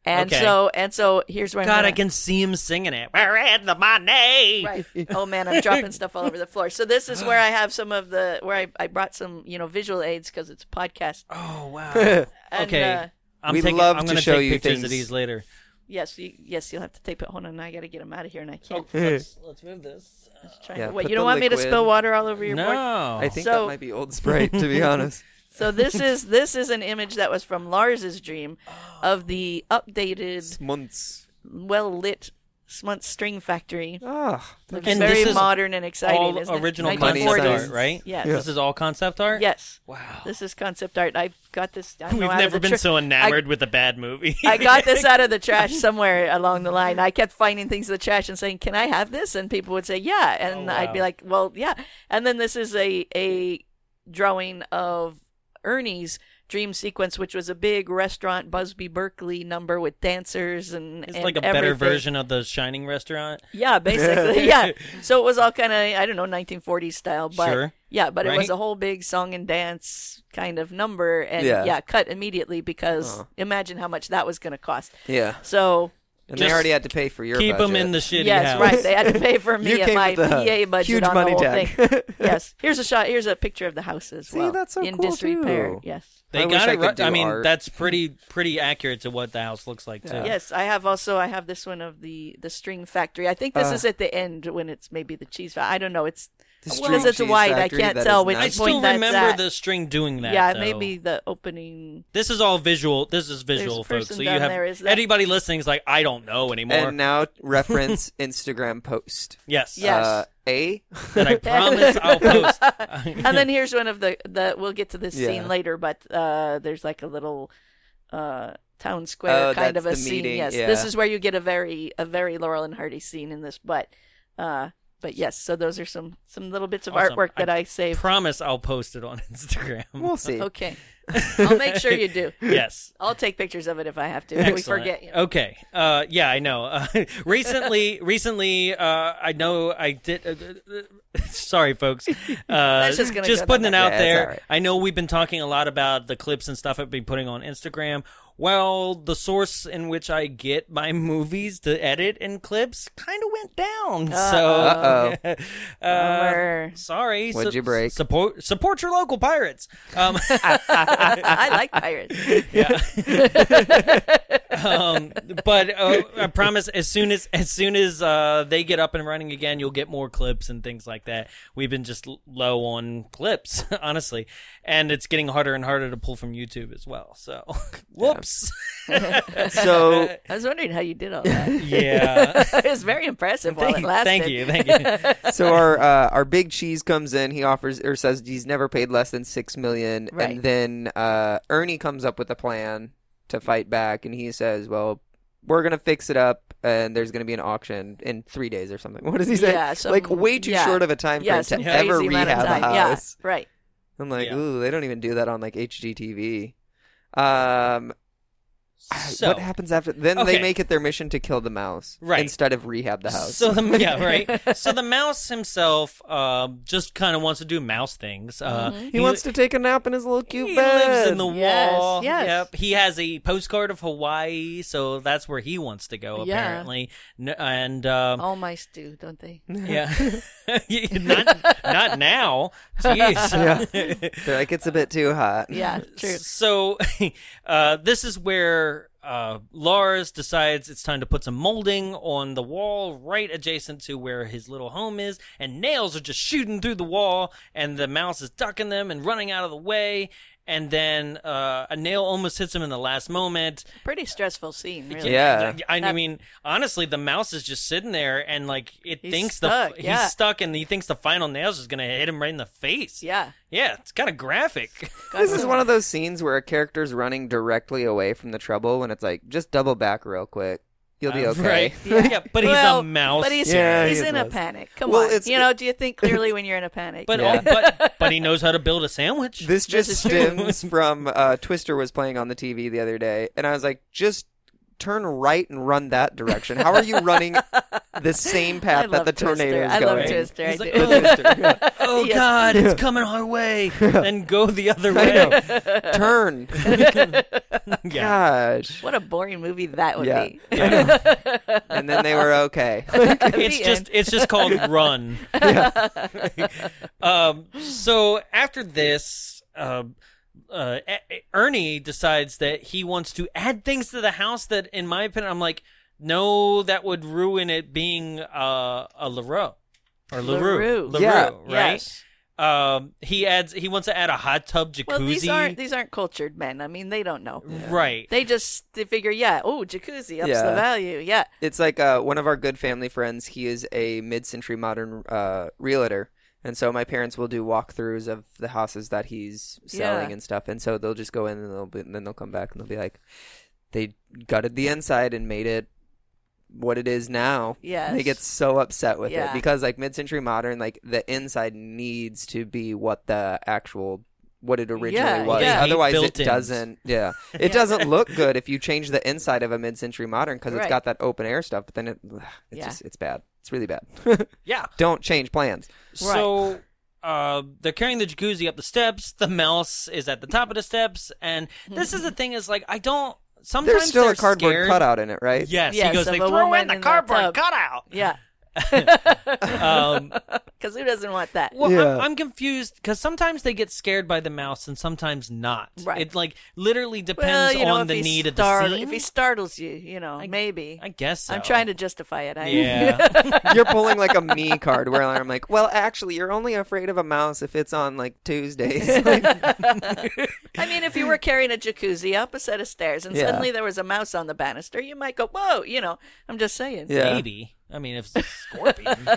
and Okay. so and so here's where I'm God, I gonna- can see him singing it. We're in the money. Right. Oh man, I'm dropping stuff all over the floor. So this is where I have some of the where I, I brought some you know visual aids because it's a podcast. Oh wow. And, okay. uh, I'm We'd taking, love I'm to gonna show take you pictures of things. these later. yes, you, yes, you'll have to tape it. Hold on, I got to get them out of here, and I Oh, can't. let's, let's move this. Try Yeah, what put you don't the want me to liquid- spill water all over your board? No. I think So- that might be old Sprite, to be honest. So this is this is an image that was from Lars's dream Oh. of the updated, Months. well lit Smuntz String Factory. Ah, Looks And very this is modern and exciting. all isn't it? original Money concept 1940s. art, right? Yes. This is all concept art. Yes. Wow. This is concept art. I got this. I don't We've know, out of never the been tr- so I- enamored with a bad movie. I got this out of the trash somewhere along the line. I kept finding things in the trash and saying, "Can I have this?" And people would say, "Yeah," and Oh, I'd be wow. like, "Well, yeah." And then this is a a drawing of Ernie's dream sequence, which was a big restaurant Busby Berkeley number with dancers and It's and like a better everything. version of the Shining restaurant. Yeah, basically, yeah. So it was all kind of I don't know 1940s style, but Sure. yeah, but it was Right. a whole big song and dance kind of number, and Yeah. yeah, cut immediately because imagine how much that was going to cost. yeah. So And Just they already had to pay for your Keep budget. them in the shitty yes, house. right. They had to pay for You me and came my with the PA budget huge on money the whole tag. thing. yes. Here's a shot. Here's a picture of the house as See, well. that's so in cool, disrepair. too. Yes. They I wish got I it could right. do I mean, art. that's pretty pretty accurate to what the house looks like too. Yes, I have also I have this one of the the string factory. I think Uh. this is at the end when it's maybe the cheese. fa- I don't know. It's string because it's cheese white. I factory, can't that tell is which nice. I I'd still point that's remember at. the string doing that. yeah, though. maybe the opening. This is all visual. This is visual, a person folks. So you down have there, is that- anybody listening is like, I don't know anymore. And now reference Instagram post. yes, Yeah. Yes. Uh, a. that I promise I'll post. And then here's one of the the. We'll get to this Yeah. scene later, but uh, there's like a little uh, town square Oh, kind that's of the a scene. meeting, yes, yeah. this is where you get a very a very Laurel and Hardy scene in this, but uh, but yes. So those are some some little bits of Awesome. artwork that I, I saved. promise I'll post it on Instagram. We'll see. okay, I'll make sure you do. yes. I'll take pictures of it if I have to. If we Excellent. forget. You know. Okay. Uh, yeah, I know. Uh, recently, recently, uh, I know I did. Uh, uh, sorry, folks. Uh, just gonna go putting down it out Yeah, it's there. all right. I know we've been talking a lot about the clips and stuff I've been putting on Instagram. Well, the source in which I get my movies to edit and clips kind of went down. So, uh Bummer. sorry. What'd you break? Support support your local pirates. Um, I like pirates. yeah. um, but uh, I promise, as soon as as soon as uh, they get up and running again, you'll get more clips and things like that. We've been just l- low on clips, honestly, and it's getting harder and harder to pull from YouTube as well. So, whoops. So I was wondering how you did all that. Yeah. it was very impressive while it lasted. thank you, thank you. so our uh, our big cheese comes in. He offers or says he's never paid less than six million, Right. and then uh, Ernie comes up with a plan to fight back, and he says, "Well, we're gonna fix it up, and there's gonna be an auction in three days or something." What does he say? Yeah, some- like way too yeah. short of a time Yeah, frame some to crazy ever amount of rehab a time. Yeah, house. right. I'm like, Yeah. ooh, they don't even do that on like HGTV. Um, I- So, what happens after? Then Okay. they make it their mission to kill the mouse Right. instead of rehab the house. So the yeah right. So the mouse himself uh, just kind of wants to do mouse things. Uh, Mm-hmm. he wants to take a nap in his little cute He bed. lives in the Yes, wall. yes. Yep. He has a postcard of Hawaii, so that's where he wants to go Yeah. Oh. apparently. N- and um, All mice do, don't they? yeah, not not now. Jeez. They're like, it's a bit too hot. Yeah, true. So uh, this is where uh, Lars decides it's time to put some molding on the wall right adjacent to where his little home is, and nails are just shooting through the wall, and the mouse is ducking them and running out of the way. and then uh, a nail almost hits him in the last moment. Pretty stressful scene, really. Yeah. I, I That- mean, honestly, the mouse is just sitting there, and like it He's thinks stuck, the yeah. he's stuck, and he thinks the final nails is gonna hit him right in the face. Yeah. yeah, it's kind of graphic. This is one of those scenes where a character's running directly away from the trouble, and it's like, just double back real quick. You'll be okay. Uh, Right? Yeah, but he's Well, a mouse. But he's, Yeah, he's he is in a a mouse. panic. Come Well, on. it's- you know, do you think clearly when you're in a panic? But, Yeah. oh, but but he knows how to build a sandwich. This just is true. stems from uh, Twister was playing on the TV the other day, and I was like, just turn right and run that direction. How are you running the same I path love that the Twister. tornado is I going? love Twister. I He's like, do. "Oh, oh Yes. God, it's coming our way. Then go the other I way. know. Turn. Yeah. Gosh. What a boring movie that would Yeah. be. And then they were okay. It's The just end. it's just called run. um, so after this, um, uh, E- Ernie decides that he wants to add things to the house that, in my opinion, I'm like, no, that would ruin it being uh, a LaRue or LaRue. LaRue. LaRue, Yeah. right? Yes. Um, he adds he wants to add a hot tub jacuzzi. Well, these aren't these aren't cultured men. I mean, they don't know. Right. They just they figure, yeah, oh, jacuzzi ups Yeah. the value. Yeah. it's like uh, one of our good family friends. He is a mid-century modern uh, realtor, and so my parents will do walkthroughs of the houses that he's selling Yeah. and stuff. And so they'll just go in and they'll be, and then they'll come back and they'll be like, they gutted the inside and made it what it is now. Yes. they get so upset with it Yeah. because like mid-century modern, like the inside needs to be what the actual what it originally Yeah, was. yeah. They hate Otherwise, it built-ins. doesn't yeah. It doesn't look good if you change the inside of a mid-century modern because it's Right. got that open air stuff, but then it, ugh, it's Yeah. just it's bad. It's really bad. Yeah. Don't change plans. So uh, they're carrying the jacuzzi up the steps. The mouse is at the top of the steps, and this is the thing: is like I don't. Sometimes There's still they're a cardboard scared. cutout in it, right? Yes, Yes, he goes. of They a throw woman in the in the cardboard tub." cutout. Yeah. Um, Because who doesn't want that? well, Yeah. I'm, I'm confused because sometimes they get scared by the mouse and sometimes not. Right. It like literally Well, depends you know, on if the he need star- of the scene. If he startles you, you know, maybe. I guess so. I'm trying to justify it. I, Yeah. You're pulling like a me card where I'm like, well, actually, you're only afraid of a mouse if it's on like Tuesdays. Like, I mean, if you were carrying a jacuzzi up a set of stairs and Yeah. suddenly there was a mouse on the banister, you might go, whoa, you know, I'm just saying. yeah, Maybe. I mean, if it's a scorpion.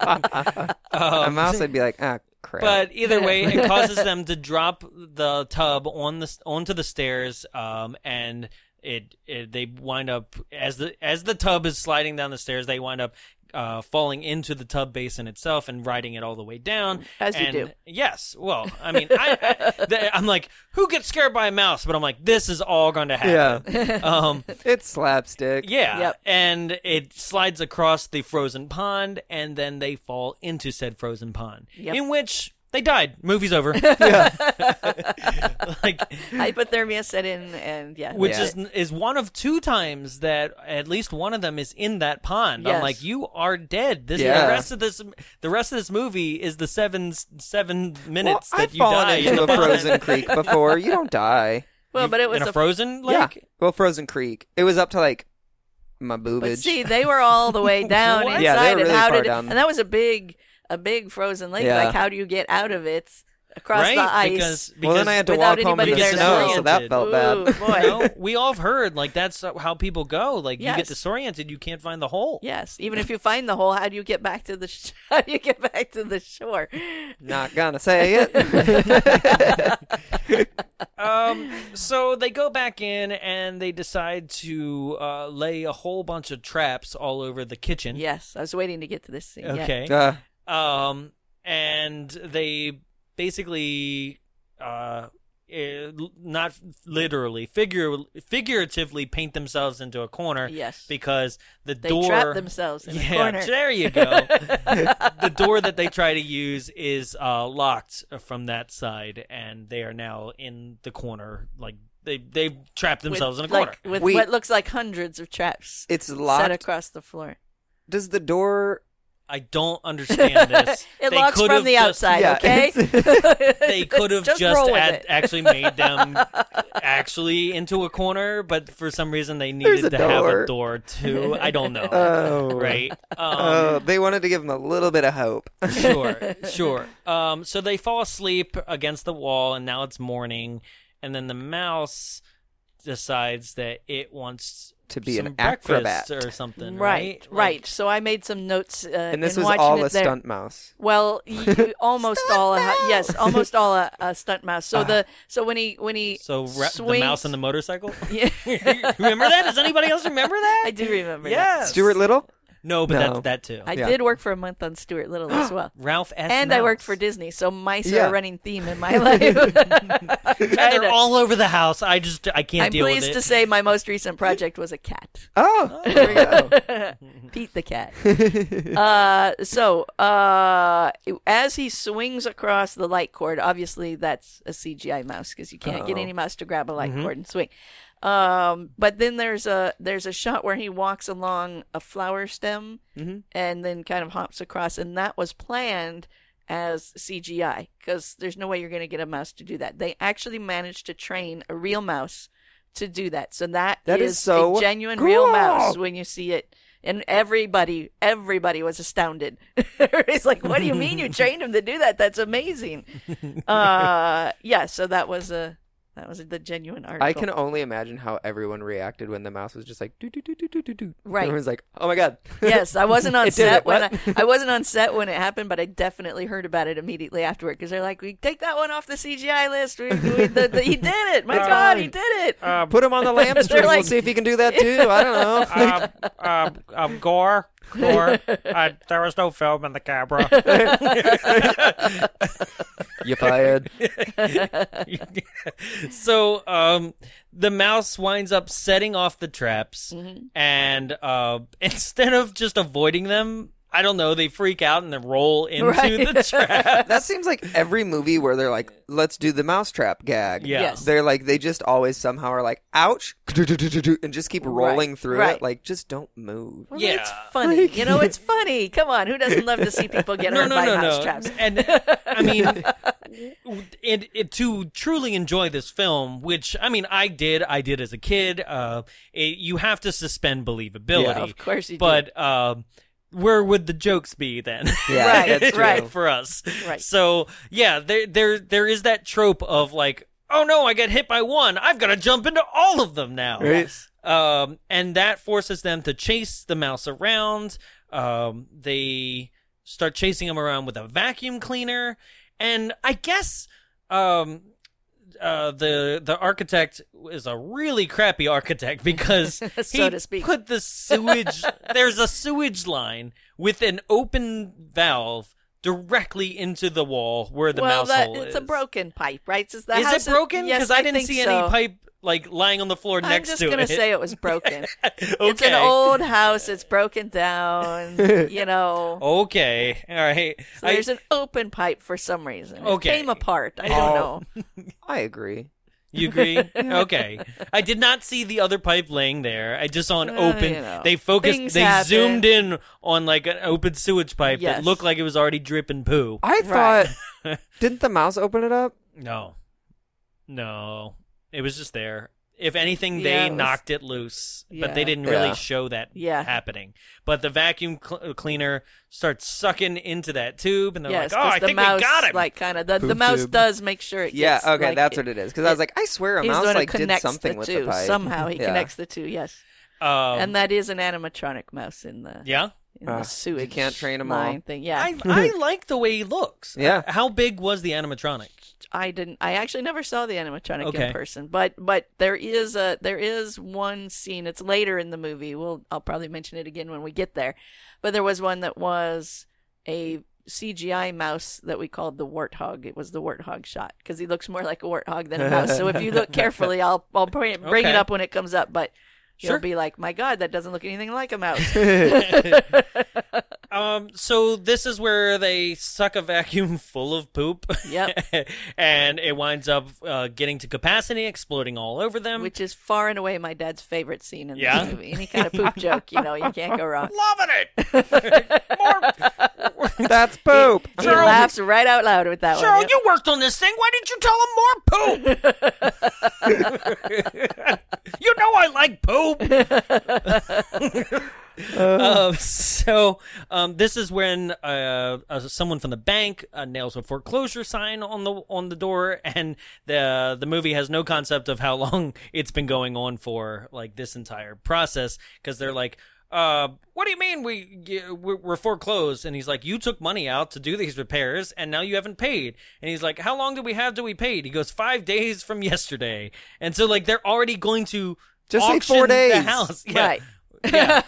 a mouse, I'd be like, ah, crap. But either way, it causes them to drop the tub on the onto the stairs, um, and it, it they wind up as the as the tub is sliding down the stairs, they wind up uh, falling into the tub basin itself and riding it all the way down. As you And- do. Yes. Well, I mean, I, I, th- I'm like, who gets scared by a mouse? But I'm like, this is all going to happen. Yeah. Um, it's slapstick. yeah. Yep. And it slides across the frozen pond, and then they fall into said frozen pond, Yep. in which they died. Movie's over. like, Hypothermia set in, and yeah. which yeah. is is one of two times that at least one of them is in that pond. I'm Yes. like, you are dead. This Yeah. the rest of this the rest of this movie is the seven seven Well, minutes I've that you die fallen in into the a pond. frozen creek before. You don't die. Well, but it was in a, a frozen yeah. lake. Well, frozen creek. It was up to like my boobage. But see, they were all the way down What? inside, Yeah, they were and really how far did? down. And that was a big, a big frozen lake. Yeah. Like, how do you get out of it across Right, the ice? because because well, then I had to without walk home in anybody the there to snow, see so it. that felt Ooh, bad. boy. you know, we all have heard like that's how people go. Like you get Yes. disoriented, you can't find the hole. Yes, even if you find the hole, how do you get back to the? Sh- how do you get back to the shore? Not gonna say it. Um, so they go back in and they decide to uh, lay a whole bunch of traps all over the kitchen. Yes, I was waiting to get to this scene. yeah. Okay. Uh, Um, and they basically, uh, eh, l- not literally, figure figuratively paint themselves into a corner. Yes. Because the They door trap themselves in a yeah, corner. there you go. the door that they try to use is uh, locked from that side, and they are now in the corner. Like they they trapped With, themselves in a corner. like, with We- what looks like hundreds of traps it's set locked. across the floor. Does the door I don't understand this. It They locks could from have the just- outside, Yeah, okay? They could have just, Just roll with ad- it. actually made them actually into a corner, but for some reason they a needed to have door. a door too. I don't know. Uh, Oh. right. Um, Oh, they wanted to give him a little bit of hope. sure, sure. Um, so they fall asleep against the wall, and now it's morning. And then the mouse decides that it wants To be some an breakfast acrobat. or something. Right, Right, right. So I made some notes. Uh, And this in was watching all it a there. stunt mouse. Well, y- y- almost all a yes, almost all a, a stunt mouse. So the so when he when he Uh-huh. So ra- the swings- mouse and the motorcycle. yeah, remember that? Does anybody else remember that? I do remember. that. Yeah. Stuart Little? No, but No. that's that too. I Yeah. did work for a month on Stuart Little as well. Ralph S. And I worked for Mouse. Disney, so mice are Yeah. a running theme in my life. Kinda. And they're all over the house. I just I can't I'm deal pleased with it. to say my most recent project was a cat. Oh, there we go. Pete the cat. uh, so uh, as he swings across the light cord, obviously that's a CGI mouse because you can't get any mouse to grab a light cord and swing. Um, but then there's a there's a shot where he walks along a flower stem and then kind of hops across, and that was planned as CGI because there's no way you're going to get a mouse to do that. They actually managed to train a real mouse to do that. So That is so a genuine real cool. mouse when you see it. And everybody, everybody was astounded. it's like, what do you mean you trained him to do that? That's amazing. Uh, yeah. So that was a that was the genuine article. I can only imagine how everyone reacted when the mouse was just like do do do do do do do. Right. Everyone's like, "Oh my god." yes, I wasn't on It did set it. when What? I, I wasn't on set when it happened, but I definitely heard about it immediately afterward because they're like, "We take that one off the CGI list. We, we, the, the, he did it. Oh, My God, he did it." Uh, Put him on the lamp They're string. we'll like- see if he can do that too. I don't know. um, um, um, Gore, Gore, uh, there was no film in the camera. you fired. so um, the mouse winds up setting off the traps, and uh, instead of just avoiding them, I don't know, they freak out and then roll into Right. the trap. That seems like every movie where they're like, "Let's do the mousetrap gag." Yeah. Yes. They're like they just always somehow are like, "Ouch," and just keep rolling through right. it. Like just don't move. Well, Yeah. it's funny. you know, it's funny. Come on, who doesn't love to see people get No, hurt no, by no, mouse no. traps? And I mean, and, and to truly enjoy this film, which I mean, I did, I did as a kid. Uh, it, you have to suspend believability, Yeah, of course you do. But um, where would the jokes be then? Yeah, Right, that's true. right. for us. Right. So yeah, there there there is that trope of like, oh no, I got hit by one. I've got to jump into all of them now. Right. Um, and that forces them to chase the mouse around. Um, they start chasing him around with a vacuum cleaner, and I guess um, uh, the the architect is a really crappy architect because So he to speak. put the sewage. there's a sewage line with an open valve directly into the wall where the well, mouse that, hole it's is. a broken pipe, right? Is, Is it broken? Because Yes, I didn't think see so. any pipe like lying on the floor I'm next just to gonna it. say it was broken. okay. It's an old house. It's broken down. You know, Okay. All right. So Oh, I- there's an open pipe for some reason. It Okay. Oh. came apart. I don't know. I agree. you agree? okay. I did not see the other pipe laying there. I just saw an Well, open. Uh, you know, they focused. things they happen. zoomed in on like an open sewage pipe Yes. that looked like it was already dripping poo. I Right. thought didn't the mouse open it up? No. No. It was just there. If anything, they Yeah, it was- knocked it loose, but Yeah. they didn't really Yeah. show that Yeah. happening. But the vacuum cl- uh, cleaner starts sucking into that tube, and they're yes, like, "Oh, 'cause I the think mouse, we got him." Like kind of the, the Poop mouse tube. does make sure it. Yeah, gets, okay, like, that's what it is. Because I was like, I swear a He's mouse gonna like did connect something the with two. the pipe. Somehow he Yeah. connects the two. Yes, um, and that is an animatronic mouse in the yeah, in the Ah, you sewage. can't train 'em all. line Thing. Yeah, I I like the way he looks. Yeah. Uh, How big was the animatronic? I didn't. I actually never saw the animatronic Okay. in person, but but there is a there is one scene. It's later in the movie. We'll I'll probably mention it again when we get there. But there was one that was a CGI mouse that we called the warthog. It was the warthog shot because he looks more like a warthog than a mouse. So if you look carefully, I'll I'll bring it, bring it Okay. up when it comes up. But You'll be like, my God, that doesn't look anything like a mouse. Um, so this is where they suck a vacuum full of poop. Yep. and it winds up uh, getting to capacity, exploding all over them. Which is far and away my dad's favorite scene in Yeah. this movie. Any kind of poop joke, you know, you can't go wrong. Loving it! Oh, That's poop. He laughs right out loud with that Cheryl, one. you worked on this thing. Why didn't you tell him more poop? you know I like poop. Uh, so um, this is when uh, uh, someone from the bank uh, nails a foreclosure sign on the on the door, and the the movie has no concept of how long it's been going on for, like this entire process, because they're like. Uh, what do you mean we y- we're we're foreclosed? And he's like, you took money out to do these repairs, and now you haven't paid. And he's like, how long do we have? Do we paid? He goes, five days from yesterday. And so like they're already going to Just say auction four days. The house, yeah. Right. Yeah.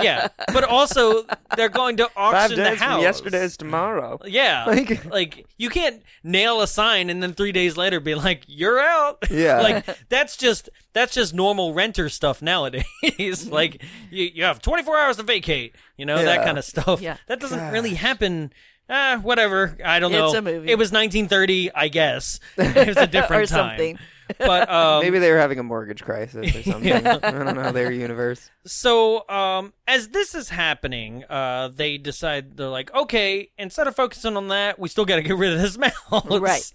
yeah. But also, they're going to Five auction the days house. from yesterday's tomorrow. Yeah. Like, Like- you can't nail a sign and then three days later be like, you're out. Yeah. like, that's just, that's just normal renter stuff nowadays. like, you, you have 24 hours to vacate, you know, that Yeah. kind of stuff. Yeah. That doesn't really happen. Ah, whatever. I don't know. It's a movie. It was 1930, I guess. It was a different Or time. something. But, um, Maybe they were having a mortgage crisis or something. I don't know their universe. so um as this is happening uh they decide they're like okay instead of focusing on that we still got to get rid of this mouse Right.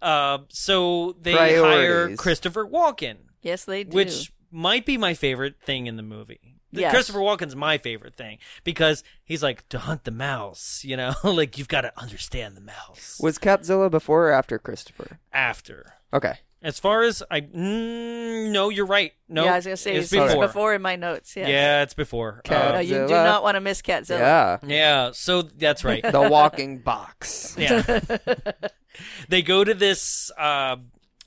uh, so they hire Priorities. christopher walken Yes, they do. which might be my favorite thing in the movie The- Yes. christopher walken's my favorite thing because he's like to hunt the mouse you know like you've got to understand the mouse Was Catzilla before or after Christopher? after Okay. as far as i mm, no you're right no yeah, I was going to say it's it's before, before. in my notes. Yes. yeah it's before Uh, Cat- No, you do Zilla. not want to miss Catzilla. Yeah. Yeah, so that's right. The walking box. yeah. they go to this uh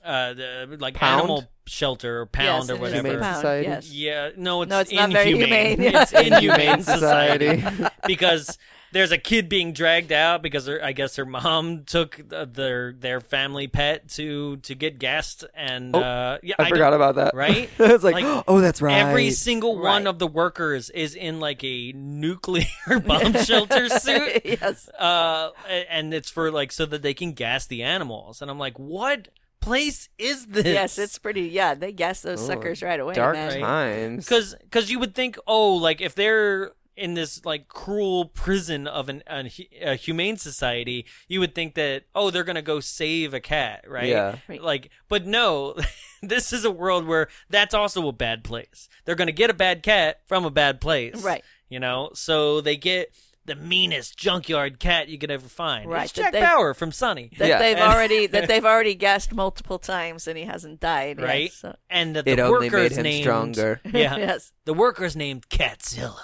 uh the- like Pound? animal shelter or pound Yes, or it is whatever. Humane found, Society. yes. Yeah, no, it's, No, it's not inhumane. very humane. it's inhumane society Society. because there's a kid being dragged out because her, I guess her mom took uh, their their family pet to to get gassed and Oh, uh yeah I, don't- forgot about that. right? it's like, oh, that's right. Every single one of the workers is in like a nuclear bomb shelter suit. yes. Uh, a- and it's for like so that they can gas the animals. And I'm like, what place is this? Yes, it's pretty. Yeah, they guess those suckers right away. dark man. times. because because you would think, oh, like if they're in this like cruel prison of an, an a humane society, you would think that oh, they're gonna go save a cat, right? Yeah. Right. Like, but no, this is a world where that's also a bad place. They're gonna get a bad cat from a bad place, Right. You know, so they get. The meanest junkyard cat you could ever find. Right, It's that Jack they- Bauer from Sunny. That Yeah. they've And- already that they've already guessed multiple times and he hasn't died. right? Yes, so- And that the it only made workers him named stronger. Yeah, Yes. the workers named Catzilla,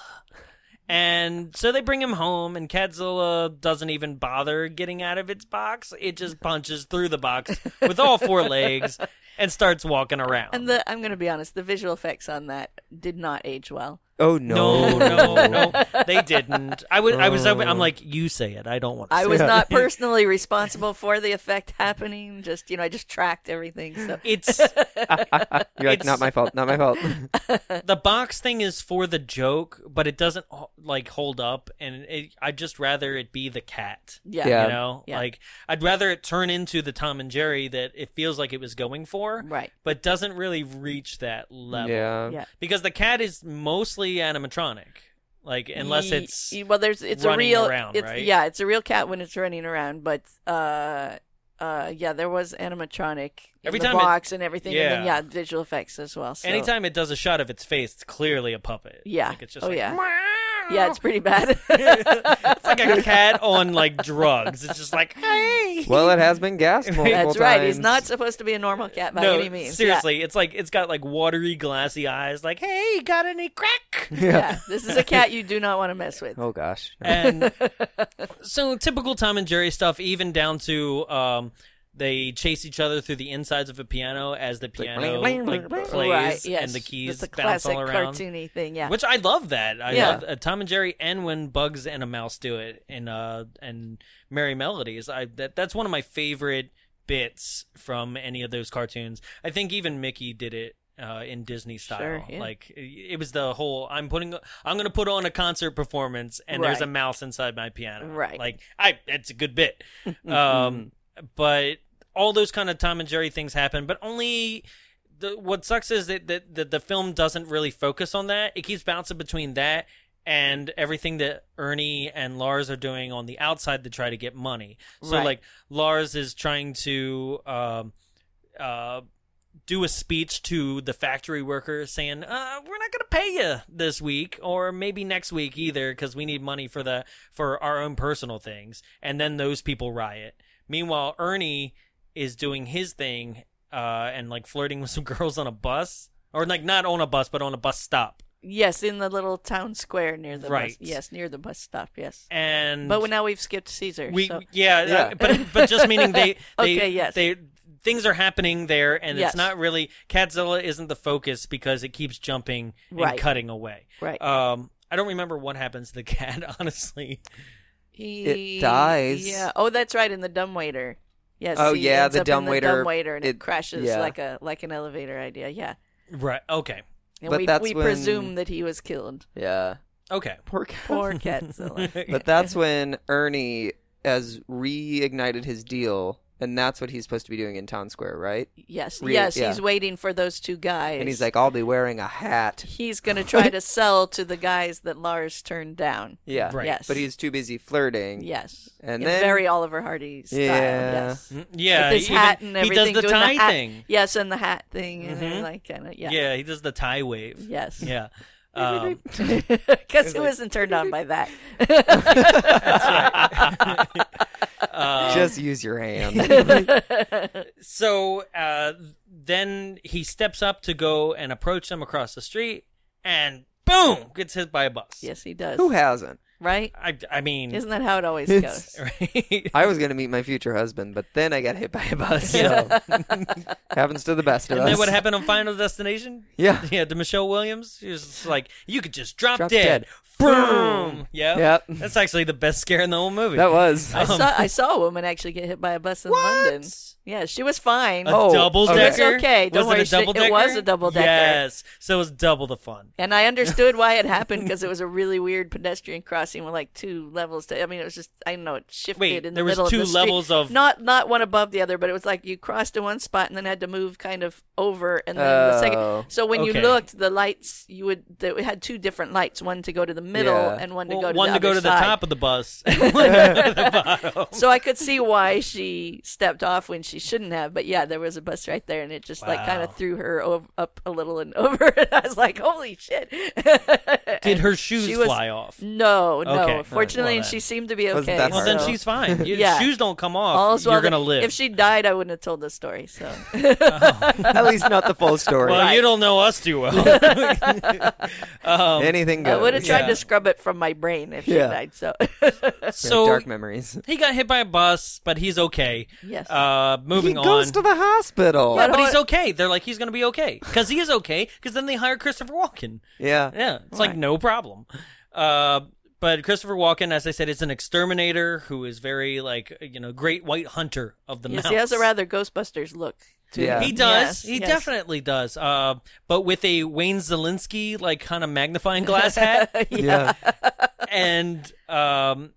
and so they bring him home, and Catzilla doesn't even bother getting out of its box. It just punches through the box with all four legs and starts walking around. And the I'm going to be honest, the visual effects on that did not age well. Oh no, no, Oh. no, no, they didn't. I would, I was, I'm like, you say it. I don't want. to I say was it. not personally responsible for the effect happening. Just you know, I just tracked everything. So It's You're like, It's- not my fault. Not my fault. the box thing is for the joke, but it doesn't like hold up, and it, I'd just rather it be the cat. yeah, Yeah. You know, Yeah. like I'd rather it turn into the Tom and Jerry that it feels like it was going for, Right. But doesn't really reach that level. yeah. yeah. Because the cat is mostly animatronic, like unless Ye- it's ye- well, there's it's a running real around, it's, right? yeah, it's a real cat when it's running around. But uh, uh, yeah, there was animatronic in Every the time it- box and everything, and then yeah. yeah, visual effects as well. So. anytime it does a shot of its face, it's clearly a puppet. yeah, like, it's just oh like, yeah, yeah, it's pretty bad. it's like a cat on like drugs. It's just like hey. Well, it has been gassed multiple That's right. He's times. not supposed to be a normal cat by no, any means. Yeah. seriously, it's like it's got like watery, glassy eyes. Like, hey, got any crack? yeah, this is a cat you do not want to mess with. Oh gosh. and so typical Tom and Jerry stuff, even down to um, they chase each other through the insides of a piano as the piano bling, like, bling, bling. plays right, yes. and the keys That's a bounce classic all around. cartoony thing. Yeah, Which I love that. I Yeah. love uh, Tom and Jerry, and when Bugs and a Mouse do it, and uh, and Merry Melodies. I that that's one of my favorite bits from any of those cartoons. I think even Mickey did it uh, in Disney style. Sure, yeah. Like it it was the whole I'm putting I'm going to put on a concert performance and there's a Right. mouse inside my piano. Right. Like I it's a good bit. um but all those kind of Tom and Jerry things happen, but only the what sucks is that the, the the film doesn't really focus on that. It keeps bouncing between that and everything that Ernie and Lars are doing on the outside to try to get money. So Right. like Lars is trying to um uh do a speech to the factory workers saying, uh, "We're not going to pay you this week, or maybe next week either, because we need money for the for our own personal things." And then those people riot. Meanwhile, Ernie is doing his thing uh, and like flirting with some girls on a bus, or like not on a bus, but on a bus stop. Yes, in the little town square near the Right. bus. Yes, near the bus stop. Yes. And But now we've skipped Caesar. we so. yeah, uh, Yeah. but but just meaning they they Okay, yes. they things are happening there and Yes. it's not really Catzilla isn't the focus because it keeps jumping and Right. cutting away. Right. Um I don't remember what happens to the cat honestly. He- dies. Yeah. Oh, that's right. In the dumbwaiter. Yes. Oh, he yeah, ends the up in dumbwaiter- The dumbwaiter and it, it- crashes yeah. like a like an elevator idea. Yeah. Right. Okay. And But we that's we when- presume that he was killed. Yeah. Okay. Poor cat. Poor Catzilla. But that's when Ernie has reignited his deal, and that's what he's supposed to be doing in Town Square, right? yes. Real- yes. yeah. He's waiting for those two guys. And he's like, I'll be wearing a hat. he's gonna try to sell to the guys that Lars turned down. Yeah. Right. Yes. But he's too busy flirting. Yes. And In then- very Oliver Hardy style. Yeah. Yes. Mm, Yeah. With his even- hat and everything. He does the doing tie hat- thing. Yes, and the hat thing, and Mhm. like kind of Yeah. yeah. he does the tie wave. Yes. Yeah. Um, Because who isn't turned on by that? Just use your hand. so uh, then he steps up to go and approach them across the street, and boom, gets hit by a bus. yes, he does. Who hasn't? right? I, I mean, Isn't that how it always It's- goes? I was going to meet my future husband, but then I got hit by a bus. So happens to the best of and then us. what happened on Final Destination? Yeah. Yeah, to Michelle Williams, she was just like, "You could just drop, Drop dead. dead. boom." Yeah, Yep. That's actually the best scare in the whole movie. Um, That was. I saw I saw a woman actually get hit by a bus in London. Yeah, she was fine. a Oh, double okay. decker. It's okay. was Don't worry, it a she- double decker? it was a double-decker. Yes, so it was double the fun. And I understood why it happened because it was a really weird pedestrian crossing with like two levels. To I mean, it was just I know it shifted Wait, in the there was middle two of the street. levels of- not not one above the other, but it was like you crossed in one spot and then had to move kind of over and then the Oh. second. So when Okay. you looked, the lights you would they it had two different lights, one to go to the middle Yeah. and one to Well, go to one the to go other to the side. top of the bus, and one to go to the bottom. So I could see why she stepped off when she shouldn't have, but yeah, there was a bus right there, and it just like kind Wow. of threw her ov- up a little and over. And I was like, "Holy shit!" Did And her shoes she was- fly off? No, no. Okay. Fortunately, Well, she seemed to be Wasn't okay. that Well, hard? then so- she's fine. Your Yeah. shoes don't come off. All's You're well gonna that- live. If she died, I wouldn't have told the story. So At least not the full story. well, you don't know us too well. Anything I goes. would have tried Yeah. to scrub it from my brain if she Yeah. died. So so Dark memories. he got hit by a bus, but he's okay. Yes. Uh, moving he goes on. to the hospital. yeah, but I- he's okay. They're like he's gonna be okay because he is okay. Because then they hire Christopher Walken. Yeah. Yeah, it's like no problem. Uh, but Christopher Walken, as I said, is an exterminator who is very like you know great white hunter of the yes, mouse. he has a rather Ghostbusters look. To Yeah. him. He does. Yes, he yes. definitely does. Uh, but with a Wayne Zelinsky like kind of magnifying glass hat, Yeah. and um,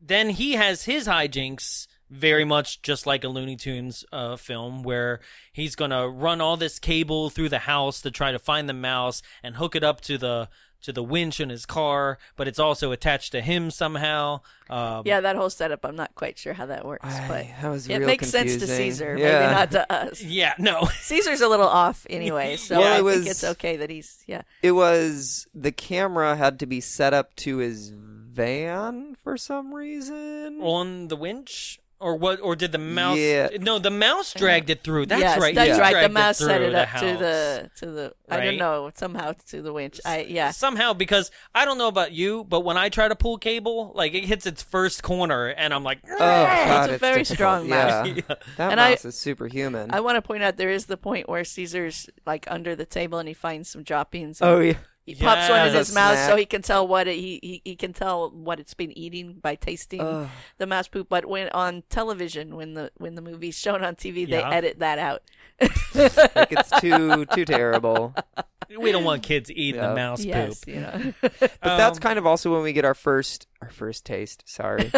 then he has his hijinks very much just like a Looney Tunes uh, film where he's gonna run all this cable through the house to try to find the mouse and hook it up to the to the winch in his car, but it's also attached to him somehow. Um, Yeah, that whole setup. I'm not quite sure how that works, but I- that was it real makes sense to confusing. Caesar, Yeah. maybe not to us. yeah, no. Caesar's a little off anyway, so Well, I it think was- it's okay that he's yeah. It was the camera had to be set up to his van for some reason. on the winch or what or did the mouse Mm. Yeah. no the mouse dragged it through that's Yes, right That's he right. The dragged mouse it set through it the up to house. the to the I Right? don't know somehow to the winch. I yeah. somehow because i don't know about you but when i try to pull cable like it hits its first corner and i'm like oh, God, a it's very difficult. strong mouse. Yeah. That And I- mouse is superhuman. I want to point out there is the point where Caesar's like under the table and he finds some droppings. oh yeah. he pops one in Yes. his mouth so Snack. he can tell what it, he, he he can tell what it's been eating by tasting the mouse poop. But when on television, when the when the movie's shown on TV, they Yeah. edit that out. like it's too too terrible. We don't want kids eating Yeah. the mouse yes, poop. Um, you know. But that's kind of also when we get our first our first taste. Sorry,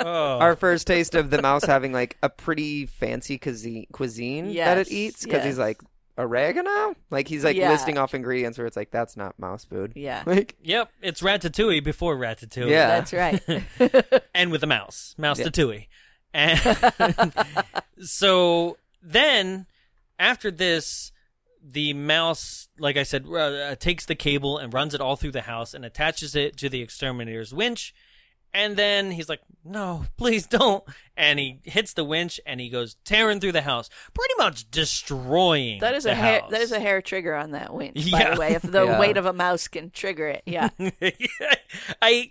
Oh. our first taste of the mouse having like a pretty fancy cuisine cuisine that Yes, it eats because yes. he's like oregano. Like he's like Yeah. listing off ingredients where it's like that's not mouse food. Yeah. Like Yep, it's Ratatouille before Ratatouille. Yeah. That's right. and with a mouse, mouse to Tui. And so then after this, the mouse, like I said, r- uh, takes the cable and runs it all through the house and attaches it to the exterminator's winch. And then he's like, "No, please don't!" And he hits the winch and he goes tearing through the house, pretty much destroying. That is the a hair. house. That is a hair trigger on that winch. By Yeah. the way, if the Yeah. weight of a mouse can trigger it, yeah, I, I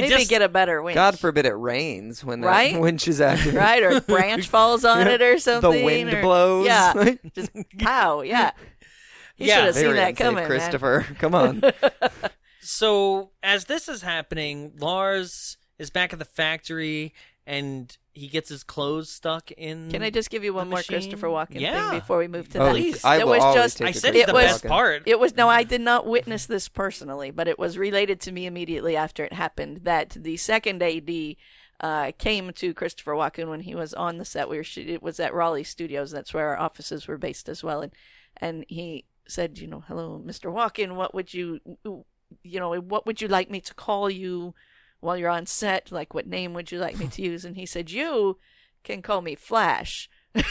maybe just get a better winch. God forbid it rains when the Right? winch is active. right? Or a branch falls on it or something. wind or- blows. Yeah. Just pow. Yeah. You Yeah. should have Very seen that unsafe, coming. man. Christopher. Come on. so as this is happening, Lars is back at the factory and he gets his clothes stuck in. Can I just give you one The more machine? Christopher Walken Yeah. thing before we move to Oh, that? I It will was always just- take I the said it it's the Christopher was- best Walken. part. It was no, I did not witness this personally, but it was related to me immediately after it happened that the second AD uh, came to Christopher Walken when he was on the set. We were shoot- it was at Raleigh Studios. That's where our offices were based as well, and and he said, you know, hello, Mr. Walken, what would you, you know, what would you like me to call you while you're on set? Like, what name would you like me to use? And he said, you can call me Flash. Uh,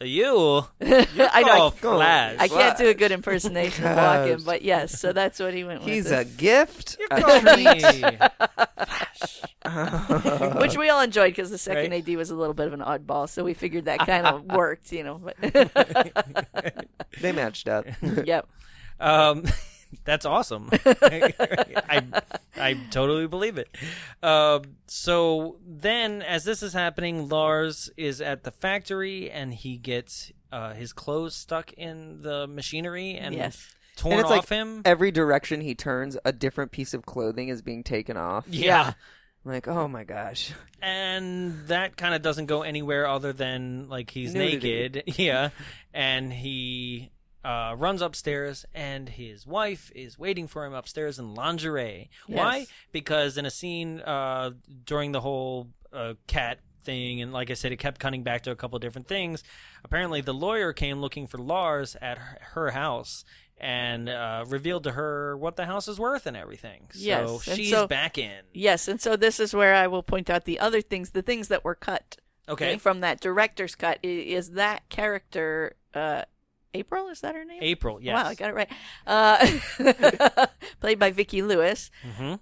You, I know. oh, I- Flash. I can't do a good impersonation of Walken, but yes, so that's what he went with. He's a gift. You call me. which we all enjoyed because the second Right. AD was a little bit of an oddball, so we figured that kind of worked, you know. But They matched up. yep, Um, that's awesome. I, I totally believe it. Um, so then, as this is happening, Lars is at the factory and he gets uh, his clothes stuck in the machinery and Yes. torn and it's off like him. every direction he turns, a different piece of clothing is being taken off. yeah. I'm like, oh my gosh. and that kind of doesn't go anywhere other than like he's Nudity. naked yeah and he uh, runs upstairs and his wife is waiting for him upstairs in lingerie why Yes. because in a scene uh, during the whole uh, cat thing and like i said it kept cutting back to a couple different things apparently the lawyer came looking for lars at her- her house and uh, revealed to her what the house is worth and everything so Yes, and she's so- back in yes, and so this is where I will point out the other things, the things that were cut okay from that director's cut. i- Is that character uh, April? Is that her name? april yes Wow, I got it right. Uh, played by Vicki Lewis.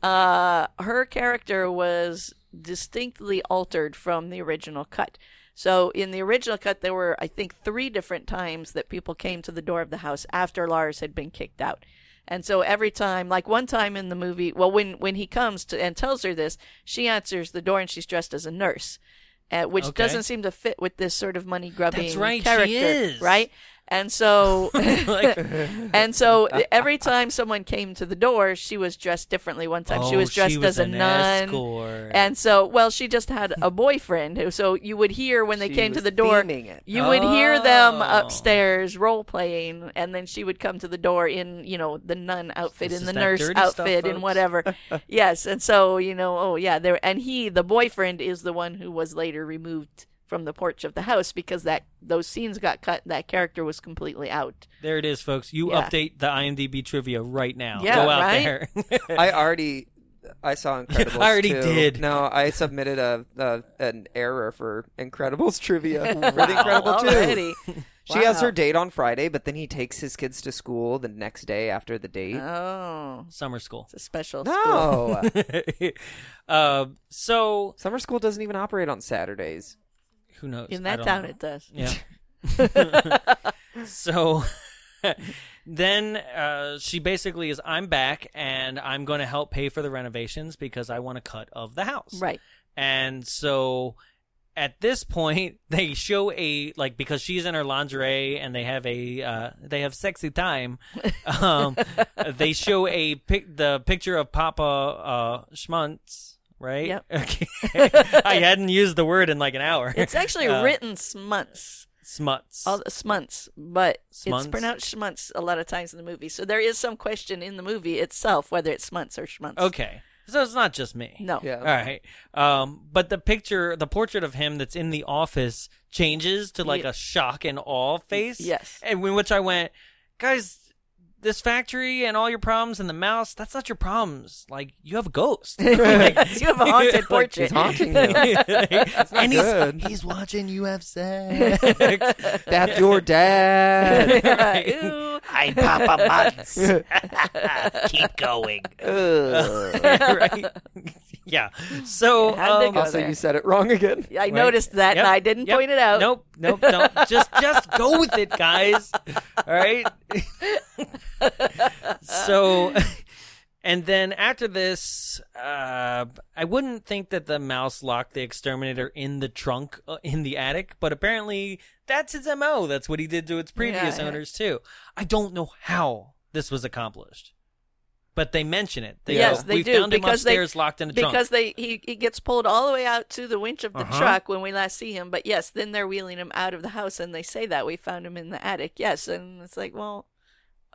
Uh, her character was distinctly altered from the original cut. So in the original cut, there were, I think, three different times that people came to the door of the house after Lars had been kicked out. And so every time, like one time in the movie, well, when, when he comes to and tells her this, she answers the door and she's dressed as a nurse, uh, which Okay. doesn't seem to fit with this sort of money grubbing That's right, she character, is. right? And so, Like- and so every time someone came to the door, she was dressed differently. One time she Oh, was dressed as a an nun. escort. And so, well, she just had a boyfriend. who- So you would hear when they She came to was the door, theming it. you would hear them Oh. upstairs role playing, and then she would come to the door in, you know, the nun outfit, This in is the that nurse dirty stuff, outfit, and folks. whatever. yes, and so you know, oh yeah, there. And he, the boyfriend, is the one who was later removed from the porch of the house because that those scenes got cut. That character was completely out. there it is, folks. You Yeah. update the IMDb trivia right now. Yeah, Go out right? there. I already, I saw Incredibles. I already 2. did. No, I submitted a, a an error for Incredibles trivia for the Incredible Two. already. She has her date on Friday, but then he takes his kids to school the next day after the date. Oh, Summer school. it's a special. school. no, Um so summer school doesn't even operate on Saturdays. who knows? In I that don't town, know. it does. Yeah. so then uh, she basically is, I'm back, and I'm going to help pay for the renovations because I want a cut of the house. Right. And so at this point, they show a like because she's in her lingerie and they have a uh, they have sexy time. Um, they show a pic- the picture of Papa uh, Schmuntz. right? Yep. Okay. I hadn't used the word in like an hour. It's actually Uh, written smuts, smuts. all smunts, but it's Smunts? pronounced schmunts a lot of times in the movie. So there is some question in the movie itself whether it's smunts or schmunts. Okay. So it's not just me. No. Yeah. All right. Um, but the picture, the portrait of him that's in the office changes to like Ye- a shock and awe face. yes. And in which I went, guys, this factory and all your problems and the mouse, that's not your problems. Like, you have a ghost. Like, you have a haunted portrait. It's haunting you. and he's, good. he's watching you have sex. That's your dad. Ooh. I pop a months. Keep going. Ugh. right? yeah. So, how'd they um, go Also, there. you said it wrong again. I noticed that Yep, and I didn't yep. point it out. Nope, nope, don't. just just go with it, guys. All right. so and then after this, uh, I wouldn't think that the mouse locked the exterminator in the trunk uh, in the attic, but apparently that's his MO. That's what he did to its previous Yeah, yeah. owners too. I don't know how this was accomplished. But they mention it. They yes, go, they we do found him because upstairs they locked in a trunk. because they he, he gets pulled all the way out to the winch of the Uh-huh. truck when we last see him. But yes, then they're wheeling him out of the house and they say that we found him in the attic. Yes, and it's like, well,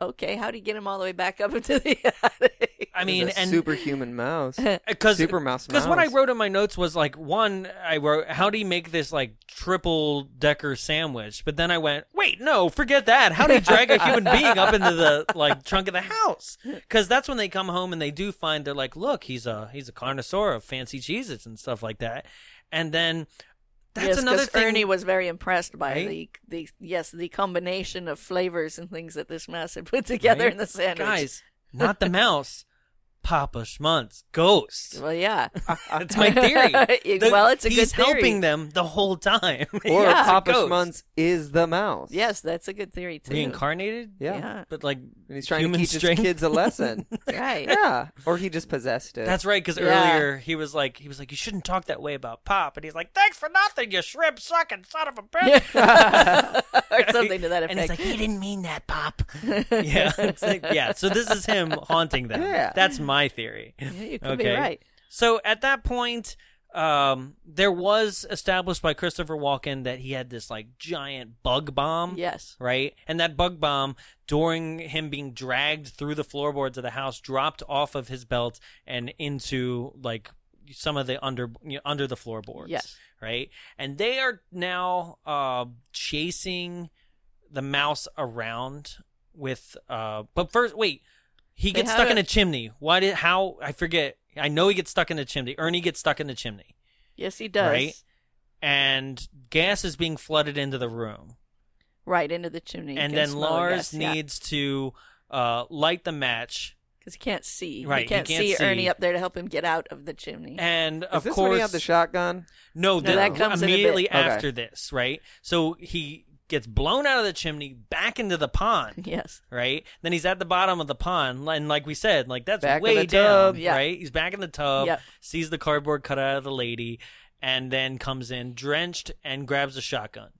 okay, how do you get him all the way back up into the attic? I mean, It's a and superhuman mouse. because Super Mouse Because uh, what I Mouse. wrote in my notes was like one, I wrote how do you make this like triple decker sandwich? But then I went, wait, no, forget that. How do you drag a human being up into the like trunk of the house? Because that's when they come home and they do find they're like, look, he's a he's a connoisseur of fancy cheeses and stuff like that. And then that's yes, another 'cause thing. Ernie was very impressed by Right? the the yes the combination of flavors and things that this mouse had put together Right? in the sandwich. guys, not the mouse, Papa Schmuntz, ghost. Well, yeah, That's my theory. Well, it's a good he's theory. helping them the whole time. Or Yeah. Papa Ghost. Schmunz is the mouse. yes, that's a good theory too. reincarnated. Yeah. Yeah. but like And he's trying human to teach strength. his kids a lesson. Right. yeah. Or he just possessed it. That's right, because Yeah. earlier he was like, he was like, you shouldn't talk that way about Pop, and he's like, thanks for nothing, you shrimp sucking son of a bitch, or something to that effect. and he's like, he didn't mean that, Pop. yeah, it's like- yeah. So this is him haunting them. Yeah. that's my theory. Yeah, you could be right. So at that point, um, there was established by Christopher Walken that he had this like giant bug bomb. yes. right? And that bug bomb, during him being dragged through the floorboards of the house, dropped off of his belt and into like some of the under you know, under the floorboards, Yes. right? And they are now uh, chasing the mouse around with. Uh, but first, wait, he They gets had stuck a- in a chimney. Why did? How I forget. I know he gets stuck in the chimney. Ernie gets stuck in the chimney, Yes, he does. Right? and gas is being flooded into the room. Right into the chimney. and then Lars needs to uh, light the match, because he can't see. Right, he he can't, can't see, see. Ernie up there to help him get out of the chimney. and Is of this when course, he had the shotgun? no, No, that comes in a bit. immediately Okay. after this, right? So he gets blown out of the chimney back into the pond, yes, right? Then he's at the bottom of the pond, and like we said, like that's Back in way the down, tub. Yeah. right? He's back in the tub, Yep. sees the cardboard cutout of the lady, and then comes in drenched and grabs a shotgun,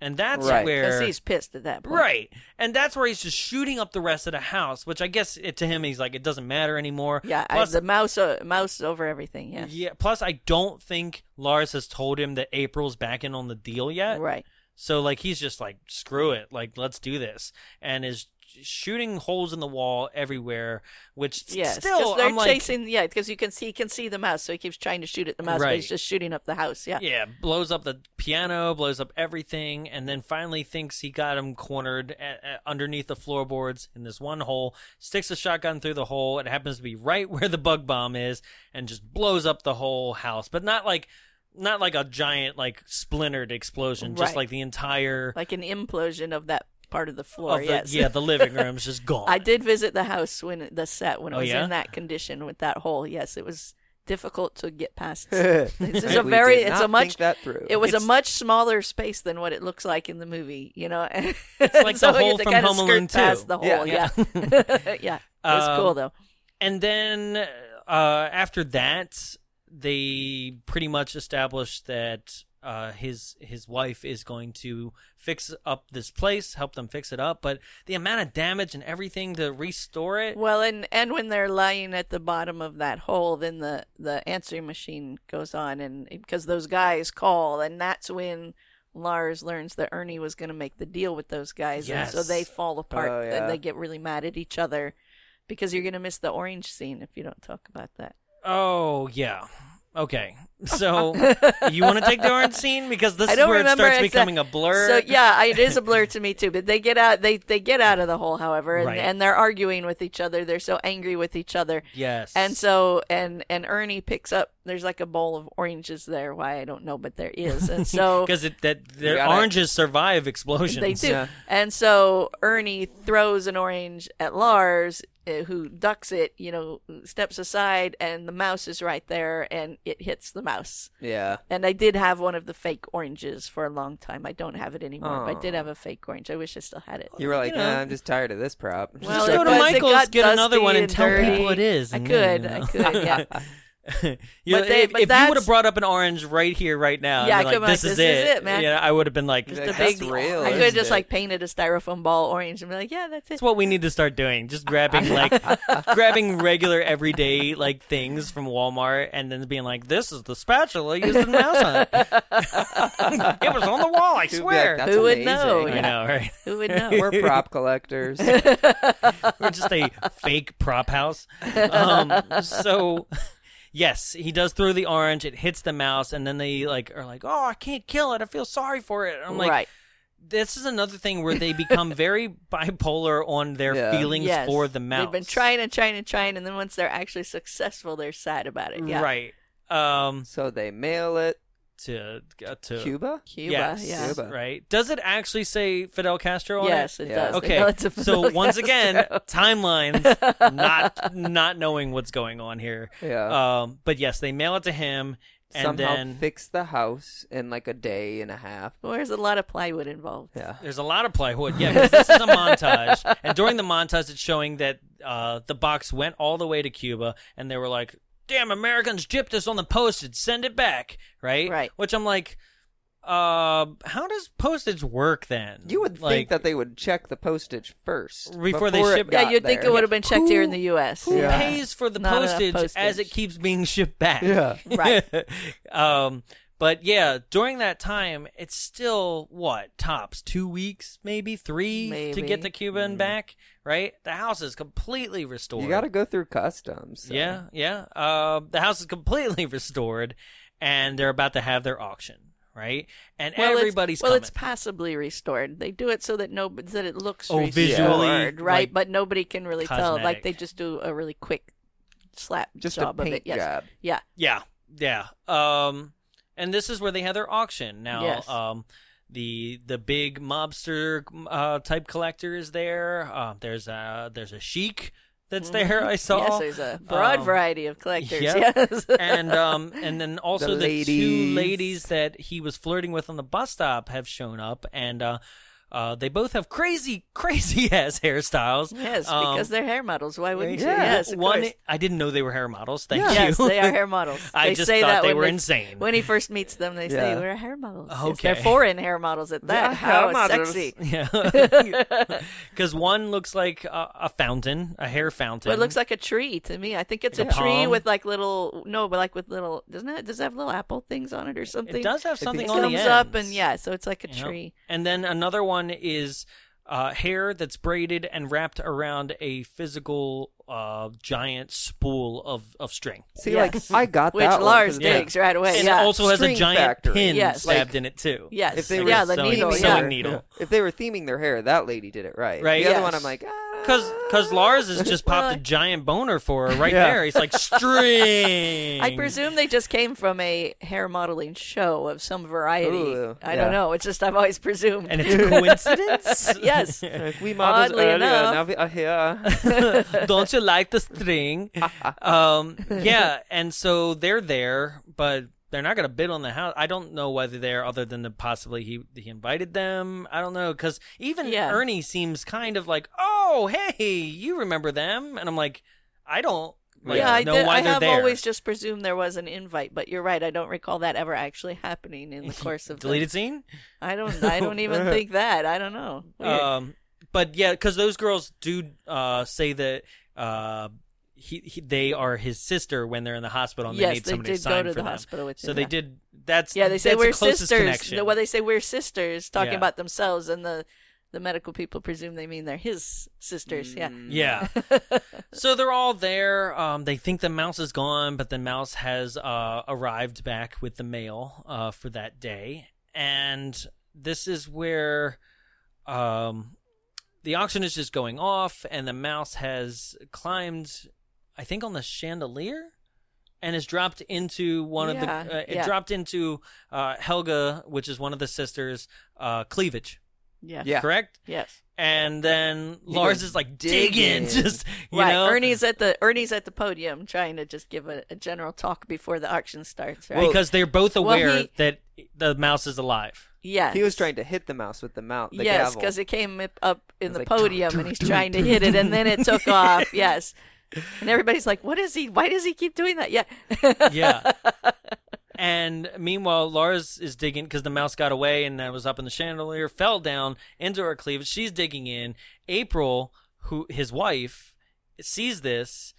and that's Right. 'Cause where because he's pissed at that point. Right. And that's where he's just shooting up the rest of the house, which I guess it, to him, he's like, it doesn't matter anymore. Yeah, I, Plus, the mouse uh, mouse over everything. Yeah. yeah, plus, I don't think Lars has told him that April's back in on the deal yet. Right. So, like, he's just like, screw it. Like, let's do this. And is shooting holes in the wall everywhere, which s- Yes. 'cause still, they're I'm like, chasing. yeah, because you can see he can see the mouse, so he keeps trying to shoot at the mouse, but Right. he's just shooting up the house. Yeah. yeah, blows up the piano, blows up everything, and then finally thinks he got him cornered a a- underneath the floorboards in this one hole. Sticks a shotgun through the hole. It happens to be right where the bug bomb is, and just blows up the whole house. But not like, not like a giant like splintered explosion. Just Right. like the entire Like an implosion of that part of the floor. of the, yes. yeah, the living room's just gone. I did visit the house when it- the set when it Oh, was yeah? in that condition with that hole. Yes, it was difficult to get past. this This is a very it's a much that through. it was a It's- much smaller space than what it looks like in the movie, you know. It's like the hole from Home Alone 2. Past the hole, Yeah. yeah. Yeah. It was Um, cool though. and then uh, after that, they pretty much established that uh, his his wife is going to fix up this place, help them fix it up. But the amount of damage and everything to restore it, Well, and and when they're lying at the bottom of that hole, then the the answering machine goes on, and because those guys call, and that's when Lars learns that Ernie was going to make the deal with those guys, and so Yes. they fall apart, Oh, yeah. and they get really mad at each other because you're going to miss the orange scene if you don't talk about that. oh yeah. Okay, so you want to take the orange scene because this I is don't where it remember starts exa- becoming a blur. So yeah, I- it is a blur to me too. But they get out, they they get out of the hole, however, and, Right. and they're arguing with each other. They're so angry with each other. Yes. And so and and Ernie picks up there's like a bowl of oranges there, why I don't know, but there is. And so because it that their gotta- oranges survive explosions. they do. Yeah. And so Ernie throws an orange at Lars eh, who ducks it, you know, steps aside and the mouse is right there and it hits the mouse. Yeah. And I did have one of the fake oranges for a long time. I don't have it anymore, but I did have a fake orange. I wish I still had it. You were like, You know. nah, I'm just tired of this prop. Well, Just go it to was- it Michael's, got get another dusty one, and tell dirty. people it is, I and could, then, I you know. could, yeah. You know, But they- if, but if you would have that's- brought up an orange right here, right now, Yeah, and I been like, could've been this, like, is "This it. is it, man." Yeah, I would have been like, Just a that's big- real, I orange. could have isn't just it? like painted a styrofoam ball orange and be like, yeah, that's it. That's what we need to start doing. Just grabbing like grabbing regular everyday like things from Walmart and then being like, This is the spatula used in mouse hunt. it was on the wall, I You'd be like, swear. That's Who would amazing. know? I know, right? Who would know? We're prop collectors. We're just a fake prop house. Um, so yes, he does throw the orange, it hits the mouse, and then they like are like, Oh, I can't kill it, I feel sorry for it. And I'm like right. this is another thing where they become very bipolar on their Yeah. feelings Yes. for the mouse. They've been trying and trying and trying, and then once they're actually successful, they're sad about it. Yeah. Right. Um so they mail it to uh, to Cuba. Cuba. Yes. Yeah. Cuba. Right. Does it actually say Fidel Castro on Yes, it? it Yeah. does. They know Okay. it's a So Fidel once again, Castro. timelines not not knowing what's going on here. Yeah. Um but yes, they mail it to him and Somehow then fix the house in like a day and a half. Well, there's a lot of plywood involved. Yeah. there's a lot of plywood. Yeah, 'cause this is a montage. And during the montage it's showing that uh the box went all the way to Cuba and they were like, "Damn, Americans gypped us on the postage. Send it back." Right? Right. Which I'm like uh, how does postage work then? You would Like- think that they would check the postage first Before they ship it. got Yeah, you'd think there. it would have been checked here in the U.S. Who Yeah. pays for the Not enough postage, as postage. it keeps being shipped back? Yeah. Right. um, but yeah, during that time, it's still what tops two weeks, maybe three, to Maybe. get to Cuba and back. Right. The house is completely restored. Mm. You got to go through customs. so- Yeah, yeah. Uh, the house is completely restored, and they're about to have their auction. Right. And Well, it's- everybody's well, coming. it's passably restored. They do it so that no, that it looks Oh, restored, visually, right? like, but nobody can really tell. Like cosmetic. they just do a really quick slap Just a job of paint it. Yes. job. Yeah. Yeah, yeah. Um, and this is where they had their auction. Now, Yes. um, the the big mobster uh, type collector is there. Uh, there's a there's a sheik that's there. I saw. Mm-hmm. Yes, there's a broad Um, variety of collectors. yeah. Yes. and um and then also the, The two ladies. ladies that he was flirting with on the bus stop have shown up and uh, uh they both have crazy crazy ass hairstyles. Yes, Um, because they're hair models. Why wouldn't you? Yeah. Yes, of one course. I didn't know they were hair models. Thank you. Yes, they are hair models. I they just say thought that they when were insane. When he first meets them, they say Yeah. we're hair models. Yes, Okay. they're foreign hair models at that. Yeah, How hair models. sexy! Yeah, because one looks like a, a fountain, a hair fountain. But it looks like a tree to me. I think it's Like a, a tree palm? with like little no, but like with little doesn't it? Does it have little apple things on it or something? it does have It something It think on the comes ends. up and yeah, so it's like a you know? tree. And then another one is uh, hair that's braided and wrapped around a physical uh, giant spool of of string. See, Yes. like I got Which that Lars one. 'cause Yeah. digs right away. And yeah. it also has a String giant factory. pin Yes. stabbed Like, in it too. yes. If they Like were yeah, the sewing- needle. sewing yeah. needle. If they were theming their hair, that lady did it right. Right. The other Yes. one, I'm like, ah. Cause, cause Lars has just Well, popped I- a giant boner for her right Yeah. there. He's like string. I presume they just came from a hair modeling show of some variety. Ooh, I yeah. don't know. It's just I've always presumed. and it's a coincidence. yes. Like, we modeled Oddly earlier, enough- now we uh, are here. don't you like the string? um, yeah, and so they're there, but they're not going to bid on the house. I don't know why they're there, other than that possibly he he invited them. I don't know because even Yeah. Ernie seems kind of like, oh hey, you remember them? And I'm like, I don't. Like, yeah, I, know did, why I they're have there. always just presumed there was an invite, but you're right. I don't recall that ever actually happening in the course of the- deleted scene. I don't. I don't even think that. I don't know. Weird. Um, but yeah, because those girls do uh, say that uh, he, he they are his sister when they're in the hospital and Yes, they need somebody they to did go sign to for the them. hospital with so him, they yeah. did. That's yeah, they say that's the we're closest sisters. Connection. No, well, they say we're sisters, talking Yeah. about themselves, and the the medical people presume they mean they're his sisters. Yeah. Yeah. so they're all there. Um, they think the mouse is gone, but the mouse has uh, arrived back with the mail uh, for that day. And this is where um, the auction is just going off, and the mouse has climbed, I think, on the chandelier. And is dropped into one Yeah, of the uh, it yeah. dropped into uh, Helga, which is one of the sisters' uh, cleavage, Yeah. Yeah. correct? Yes. and then He Lars goes is like digging. digging, just you right. know, Ernie's at the Ernie's at the podium trying to just give a, a general talk before the auction starts. Right. because they're both Well, aware he- that the mouse is alive. yeah. He was trying to hit the mouse with the mouth. The yes, gavel. because it came up- up in was the like, podium and he's trying to hit it, and then it took off. Yes, and everybody's like, "What is he? Why does he keep doing that?" Yeah, Yeah. and meanwhile, Lars is digging because the mouse got away and that was up in the chandelier, fell down into her cleavage. She's digging in. April, who his wife, sees this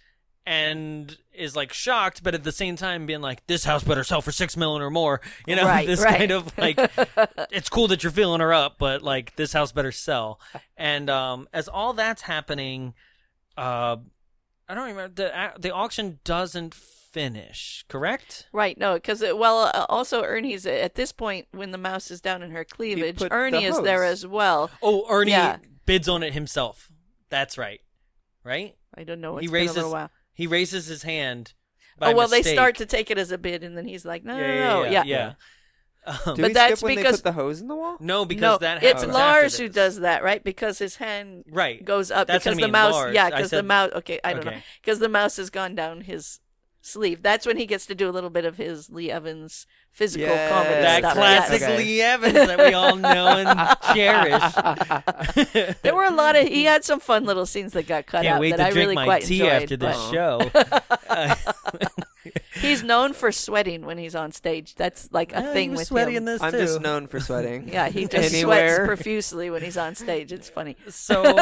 and is like shocked, but at the same time being like, "This house better sell for six million or more." You know, Right, this right. kind of like, it's cool that you're feeling her up, but like this house better sell. And um, as all that's happening, uh, I don't remember the the auction doesn't finish, correct? right. No, because well, uh, also Ernie's at this point when the mouse is down in her cleavage. put the Ernie is hose. there as well. Oh, Ernie Yeah. bids on it himself. That's right. Right? I don't know. Oh, It's he been raises a little while. he raises his hand. By Oh well, they mistake. start to Oh, take it as a bid, and then he's like, "No, yeah, no, no, yeah, yeah, yeah. Um, Did But we that's skip when because- they put the hose in the wall? no, because no, that it's happens. after Lars who this. does that, right? Because his hand Right. goes up That's what because I the mean, mouse, Lars. yeah, I because the said- mouse. Okay, I don't know Okay. because the mouse has gone down his sleeve. That's when he gets to do a little bit of his Lee Evans physical Yes. comedy. That stuff. classic Yes. Okay. Lee Evans that we all know and cherish. There were a lot of he had some fun little scenes that got cut Can't out wait that to I drink really my quite tea enjoyed. after this but- show. He's known for sweating when he's on stage. That's like a Oh, you thing were with sweaty him. in this I'm too. just known for sweating. yeah, he just Anywhere. sweats profusely when he's on stage. It's funny. so,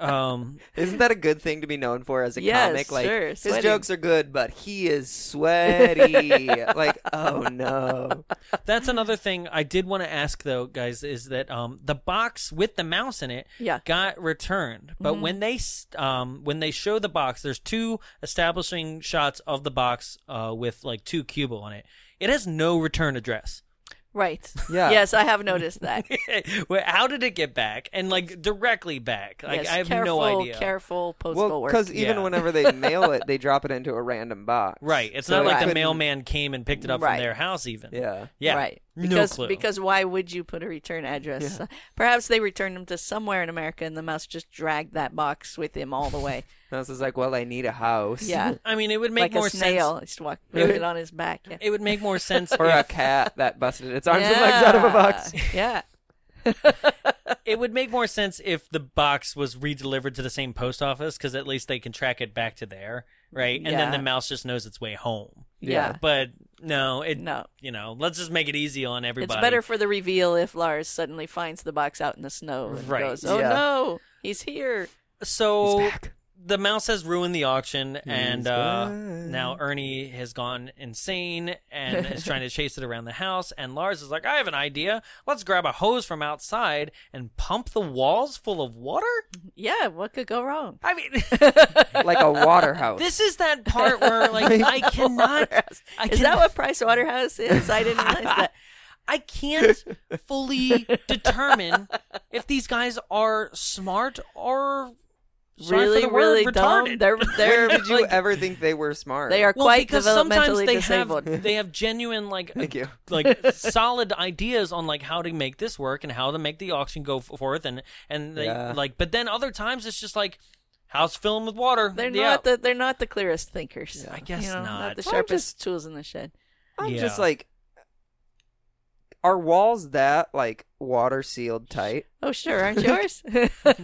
um, Isn't that a good thing to be known for as a Yes, comic? Like sure, his sweating. jokes are good, but he is sweaty. like, oh no. That's another thing I did want to ask though, guys, is that um the box with the mouse in it Yeah. Mm-hmm. got returned. But when they s- um when they show the box, there's two establishing shots of the box uh with like two cubo on it. It has no return address. Right. Yeah. Yes, I have noticed that. Well, How did it get back? And like directly back. Like yes, I have careful, no idea. Careful postal Well, work. because even Yeah. whenever they mail it, they drop it into a random box. Right. It's So not it like the couldn't- mailman came and picked it up Right. from their house even. Yeah. Yeah. Right. No Because clue. because why would you put a return address? Perhaps they returned him to somewhere in America and the mouse just dragged that box with him all the way. Mouse is like, well, I need a house. Yeah. I mean, it would make like more a snail. sense. Just walk moved it on his back. Yeah. It would make more sense Or a if- cat that busted its arms and legs out of a box. Yeah. it would make more sense if the box was re-delivered to the same post office because at least they can track it back to there right and then Yeah. the mouse just knows its way home Yeah. but no it No. you know let's just make it easy on everybody It's better for the reveal if Lars suddenly finds the box out in the snow and Right. goes, "Oh Yeah. no, he's here." so the mouse has ruined the auction and uh, now ernie has gone insane and is trying to chase it around the house and lars is like i have an idea let's grab a hose from outside and pump the walls full of water Yeah, what could go wrong? i mean Like a water house. This is that part where like I cannot I Is can, that what Price Waterhouse is? I didn't realize that. I can't fully determine if these guys are smart or sorry for really, the word, really dumb. retarded. They're they're Did you like, ever think they were smart? they are well, quite because sometimes developmentally they disabled. have they have genuine like Thank you. like solid ideas on like how to make this work and how to make the auction go f- forth and and they Yeah. like but then other times it's just like house filling with water They're Yeah. not the they're not the clearest thinkers. I guess You know, not. the Well, sharpest tools in the shed. I'm Yeah. just like Are walls that like water sealed tight? Oh, sure, aren't yours?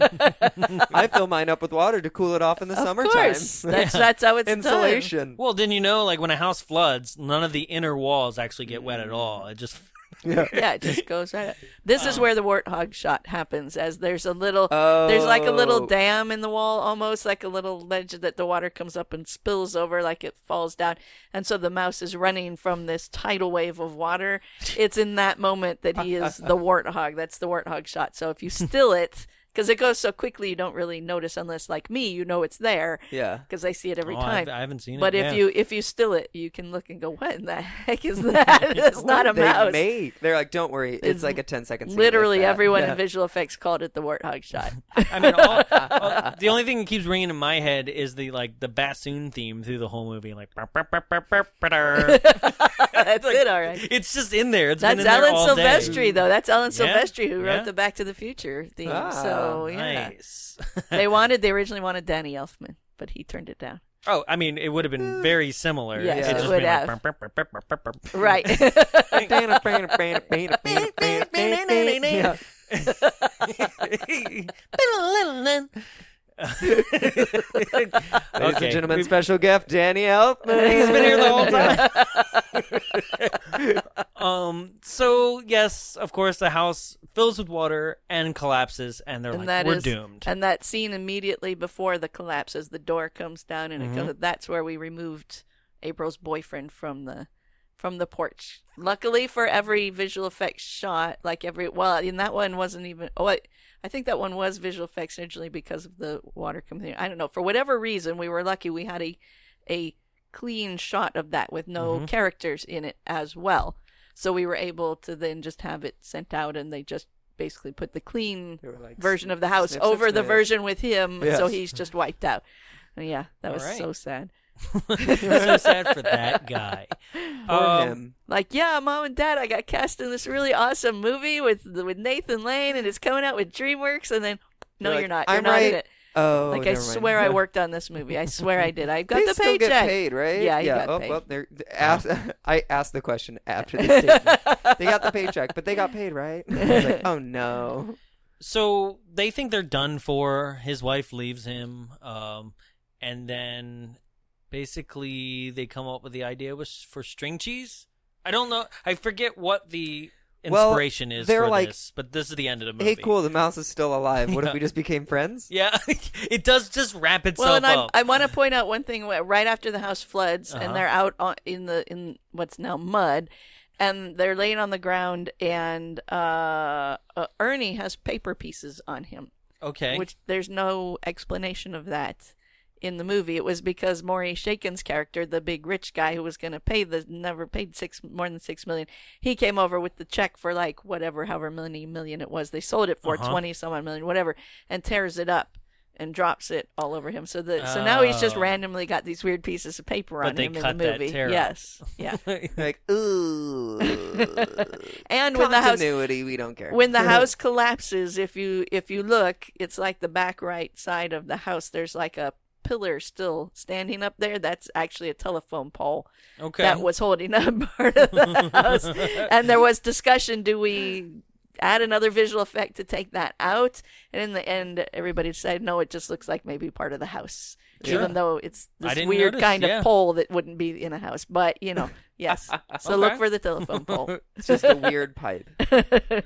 I fill mine up with water to cool it off in the of summertime. course, that's that's how it's done. Insulation. Well, didn't you know, like when a house floods, none of the inner walls actually get wet at all. It just yeah, it just goes right. Up. This Uh. is where the warthog shot happens, as there's a little, there's like a Oh. little dam in the wall, almost like a little ledge that the water comes up and spills over, like it falls down. And so the mouse is running from this tidal wave of water. It's in that moment that he is the warthog. That's the warthog shot. So if you still it. Because it goes so quickly, you don't really notice unless, like me, you know it's there. Yeah. Because I see it every Oh, I've- time. I haven't seen it, But yeah. if you if you still it, you can look and go, "What in the heck is that? That's not a they mouse." Made. They're like, don't worry, it's, like a 10 second. scene with Literally that." everyone Yeah. in visual effects called it the warthog shot. I mean, all, all- the only thing that keeps ringing in my head is the like the bassoon theme through the whole movie. Like, "Burp, burp, burp, burp, burp, burp." That's it, all right. it's just in there. It's been That's in there Alan all day. Silvestri, though. That's Alan Yeah, Silvestri who yeah. wrote the Back to the Future theme. Ah, so yeah, Nice. they wanted they originally wanted Danny Elfman, but he turned it down. oh, I mean, it would have been very similar. Yes, It'd it just would been like, have. "Burp, burp, burp, burp, burp, burp." Right. Yeah. Ladies Okay. and gentlemen, special guest Danny Elfman. He's been here the whole time. um. So yes, of course, the house fills with water and collapses, and they're and like, that "We're is- doomed." And that scene immediately before the collapse, as the door comes down Mm-hmm. and it goes, that's where we removed April's boyfriend from the from the porch. Luckily for every visual effects shot, like every well, and that one wasn't even. Oh, I, I think that one was visual effects originally because of the water coming. in. I don't know for whatever reason we were lucky we had a a clean shot of that with no Mm-hmm. characters in it as well. So we were able to then just have it sent out, and they just basically put the clean They were like, version of the house snip, snip, over the snip. version with him, Yeah. so he's just wiped out. And yeah, that All was right. so sad. so sad for that guy. Poor Um, him. Like, yeah, mom and dad, I got cast in this really awesome movie with with Nathan Lane, and it's coming out with DreamWorks, and then no, They're you're, like, not. You're "I'm not in right. it. Oh, Like, I never mind. swear I worked on this movie. I swear I did. I got They the still paycheck. get paid, right? Yeah, you yeah. got oh, paid. well, they're, ask, I asked the question after the statement. they got the paycheck, but they got paid, right? I was like, oh no. so they think they're done for. His wife leaves him, um, and then basically they come up with the idea was for string cheese. I don't know. I forget what the Well, inspiration is they're for like, this, but this is the end of the movie. Hey, cool. The mouse is still alive. What Yeah. if we just became friends? Yeah, it does just wrap itself Well, and I, up. I want to point out one thing. wh- Right after the house floods, Uh-huh. and they're out on, in the in what's now mud, and they're laying on the ground, and uh, uh, Ernie has paper pieces on him, okay. which there's no explanation of that in the movie. It was because Maury Shaken's character, the big rich guy who was going to pay the never paid six more than six million, he came over with the check for like whatever, however many million it was. They sold it for Uh-huh. twenty some odd million, whatever, and tears it up. And drops it all over him, so that so now he's just Oh. randomly got these weird pieces of paper But on they him in cut the that movie. tear up. yes, yeah. Like, ooh. And when the house Continuity, we don't care. when the house collapses if you if you look it's like the back right side of the house there's like a pillar still standing up there that's actually a telephone pole okay. that was holding up part of the house and there was discussion do we add another visual effect to take that out and in the end everybody decided no it just looks like maybe part of the house Sure. even though it's I this didn't weird notice, kind yeah. of pole that wouldn't be in a house but you know yes so Okay. look for the telephone pole It's just a weird pipe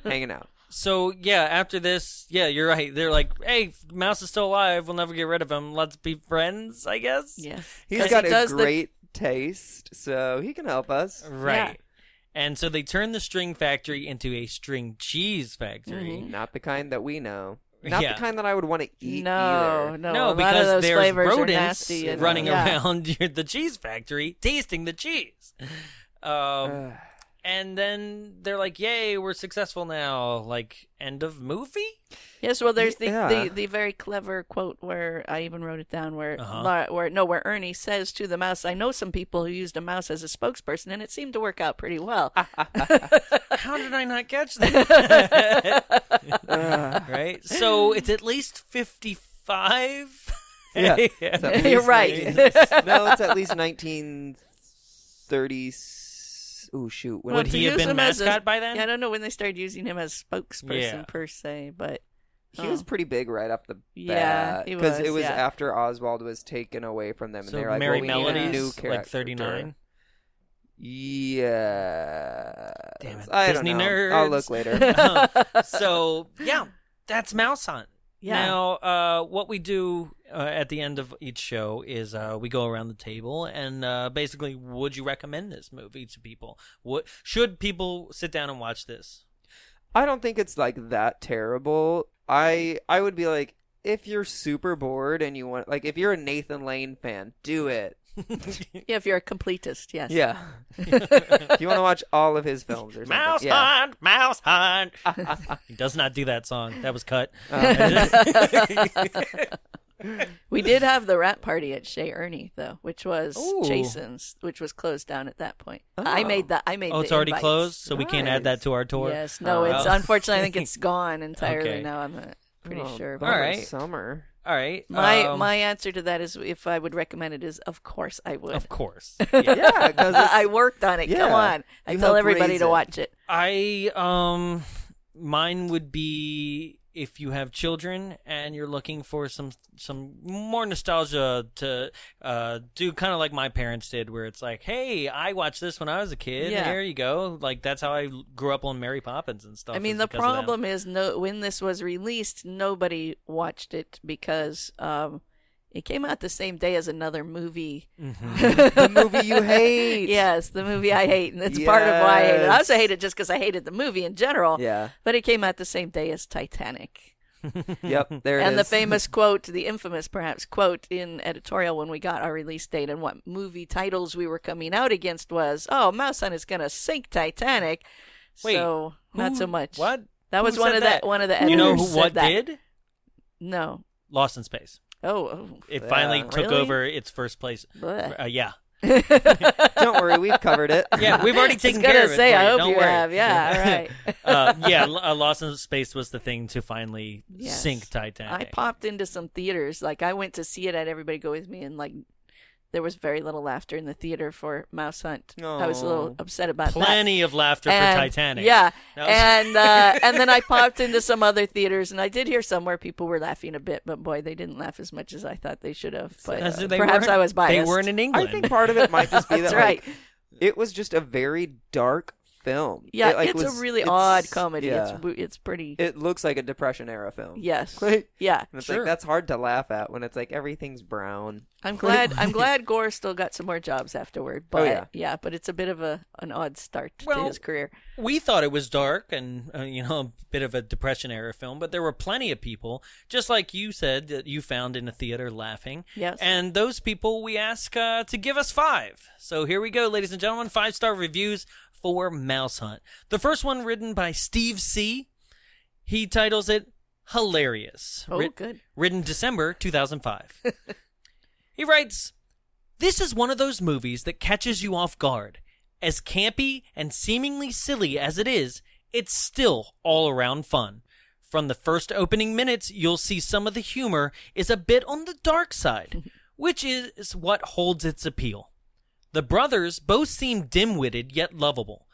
hanging out. so yeah, after this, yeah, you're right. They're like, "Hey, mouse is still alive. We'll never get rid of him. Let's be friends, I guess." yes He's 'Cause got he a does the- great taste, so he can help us. Right. And so they turn the string factory into a string cheese Mm-hmm. factory. Not the kind that we know. Not Yeah. the kind that I would want to eat no, either. No, No, a lot of because those there's flavors are rodents nasty and, running yeah. around the cheese factory tasting the cheese. Um, and then they're like, "Yay, we're successful now!" Like end of movie. Yes, well, there's the, Yeah. the, the very clever quote where I even wrote it down where Uh-huh. Lar- where no where Ernie says to the mouse, "I know some people who used a mouse as a spokesperson, and it seemed to work out pretty well." Uh-huh. How did I not catch that? right? So it's at least 55. Yeah. Yeah. It's at You're least right. 19 no, it's at least 1936. It's oh shoot. When Well, did to he have use been him as a- mascot by then? Yeah, I don't know when they started using him as spokesperson Yeah. per se, but he, he was oh. pretty big right off the Yeah, bat he because was, it was yeah. after Oswald was taken away from them, and So they were like, Mary well, we need a Melody's new like character." 39. Yeah. Damn it, I Disney don't know. nerds. Um, I'll look later. so yeah, that's Mouse Hunt. Yeah. Now, uh, what we do uh, at the end of each show is uh, we go around the table and uh, basically, would you recommend this movie to people? What should people sit down and watch this? I don't think it's like that terrible. I I would be like if you're super bored and you want like if you're a Nathan Lane fan, do it. yeah, if you're a completist, yes. Yeah. if you want to watch all of his films or something. Mouse yeah. Hunt, Mouse Hunt. he does not do that song. That was cut. We did have the rat party at Shea Ernie though, which was Ooh. Jason's, which was closed down at that point. I made that. I made. oh, the it's already invites. closed, so we can't add Nice. that to our tour. Yes, no, it's Uh, Oh. unfortunately I think it's gone entirely Okay. now. I'm uh, pretty Oh, sure. bummer, All right. Summer. All right. My um, my answer to that is if I would recommend it is of course I would. Of course. Yeah. Yeah, cuz I worked on it. Come Yeah. on. I You tell helped everybody raise to it. watch it. I um mine would be if you have children and you're looking for some some more nostalgia to uh do kind of like my parents did where it's like hey I watched this when I was a kid Yeah. here you go like that's how I grew up on Mary Poppins and stuff I mean, is the because of them. problem is no when this was released, nobody watched it because um, it came out the same day as another movie. Mm-hmm. the movie you hate. Yes, the movie I hate, and it's part of why I hate it. I Yes. also hate it just because I hated the movie in general. Yeah. but it came out the same day as Titanic. Yep, there it is. and the famous quote, the infamous perhaps quote in editorial when we got our release date and what movie titles we were coming out against was, "Oh, Mouse Hunt is going to sink Titanic." Wait, so not so Who- much. What? That was Who one said of the- one of the You know editors who said what that. did? No. Lost in Space. Oh, oh. It finally Yeah. took Really? over its first place. Bleh. Uh, yeah. Don't worry, we've covered it. Yeah, we've already I was taken care gonna of it. say, for I you. hope Don't you worry. have. Yeah, all right. uh, yeah, L- uh, Lost in Space was the thing to finally Yes. sink I Titanic. popped into some theaters. Like I went to see it. I had everybody go with me, and like there was very little laughter in the theater for Mouse Hunt. I was a little Aw. upset about that. Oh. Plenty of laughter and, for Titanic. Yeah, No. and uh, and then I popped into some other theaters, and I did hear somewhere people were laughing a bit, but boy, they didn't laugh as much as I thought they should have. But Because uh, they perhaps weren't- I was biased. They weren't in I England. think part of it might just be That's that right. like, it was just a very dark film. yeah, It, like, it's was- a really it's- odd comedy. It's yeah. It's it's pretty. it looks like a depression era film. yes. Like, Yeah. and it's Sure. like that's hard to laugh at when it's like everything's brown. I'm glad. I'm glad Gore still got some more jobs afterward. But yeah. Oh, yeah. but it's a bit of a an odd start to Well, his career. we thought it was dark and uh, you know a bit of a depression era film, but there were plenty of people, just like you said, that you found in a theater laughing. Yes. And those people we ask uh, to give us five. So here we go, ladies and gentlemen, five star reviews for Mouse Hunt. The first one written by Steve C. He titles it "Hilarious." Oh, Writ- good. Written December 2005. he writes, This is one of those movies that catches you off guard. As campy and seemingly silly as it is, it's still all around fun. From the first opening minutes, you'll see some of the humor is a bit on the dark side, which is what holds its appeal. The brothers both seem dim witted yet lovable.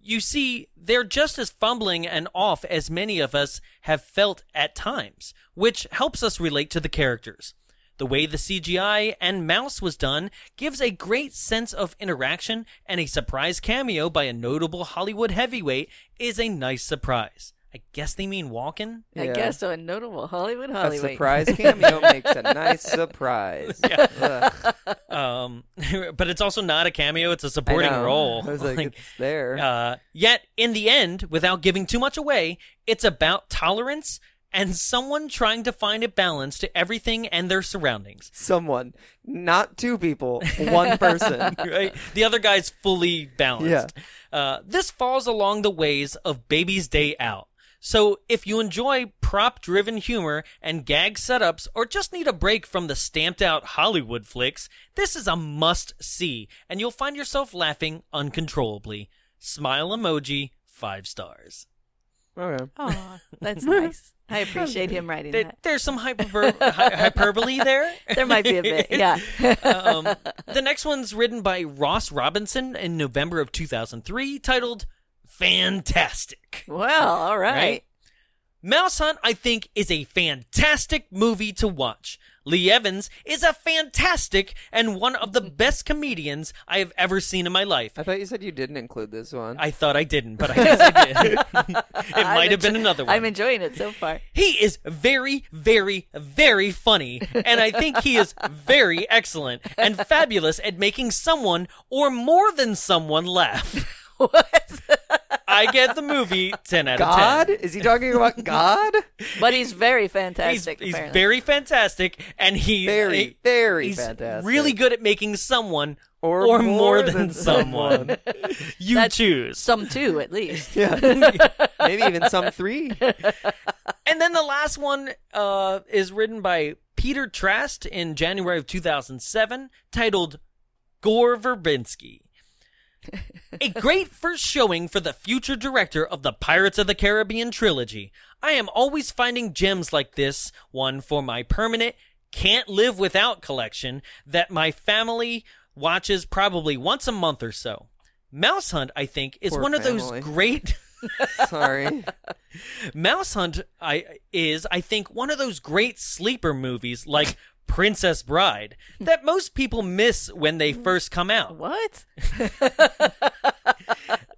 You see, they're just as fumbling and off as many of us have felt at times, which helps us relate to the characters. The way the CGI and mouse was done gives a great sense of interaction, and a surprise cameo by a notable Hollywood heavyweight is a nice surprise. I guess they mean walking? I Yeah. guess so. A notable Hollywood A Hollywood. surprise cameo makes a nice surprise. Yeah. Um, but it's also not a cameo, it's a supporting role. I was like, Like, it's there. Uh, yet, in the end, without giving too much away, it's about tolerance and someone trying to find a balance to everything and their surroundings. Someone, not two people, one person. Right? the other guy's fully balanced. Uh, this falls along the ways of Baby's Day Out. So, if you enjoy prop driven humor and gag setups or just need a break from the stamped out Hollywood flicks, this is a must see, and you'll find yourself laughing uncontrollably. Smile emoji, five stars. Okay. Oh, that's nice. I appreciate him writing There, that. there's some hyperver- hy- hyperbole there. There might be a bit, yeah. um, the next one's written by Ross Robinson in November of 2003, titled Fantastic. Well, all right. Right? Mouse Hunt, I think, is a fantastic movie to watch. Lee Evans is a fantastic and one of the best comedians I have ever seen in my life. I thought you said you didn't include this one. I thought I didn't, but I guess I did. it I'm might have been enjo- another one. I'm enjoying it so far. He is very, very, very funny, and I think he is very excellent and fabulous at making someone or more than someone laugh. I get the movie 10 out of God? 10. Is he talking about God? But he's very He's, fantastic. he's apparently. very fantastic, and he Very, he- very he's fantastic. really good at making someone Or or, more more, than than, someone. you That's choose. some two at least. Maybe even some three. And then the last one uh, is written by Peter Trast in January of 2007, titled Gore Verbinski. a great first showing for the future director of the Pirates of the Caribbean trilogy. I am always finding gems like this one for my permanent can't live without collection that my family watches probably once a month or so. Mouse Hunt, I think, is Poor one of family. those great. Sorry. Mouse Hunt I is I think one of those great sleeper movies like Princess Bride that most people miss when they first come out. What?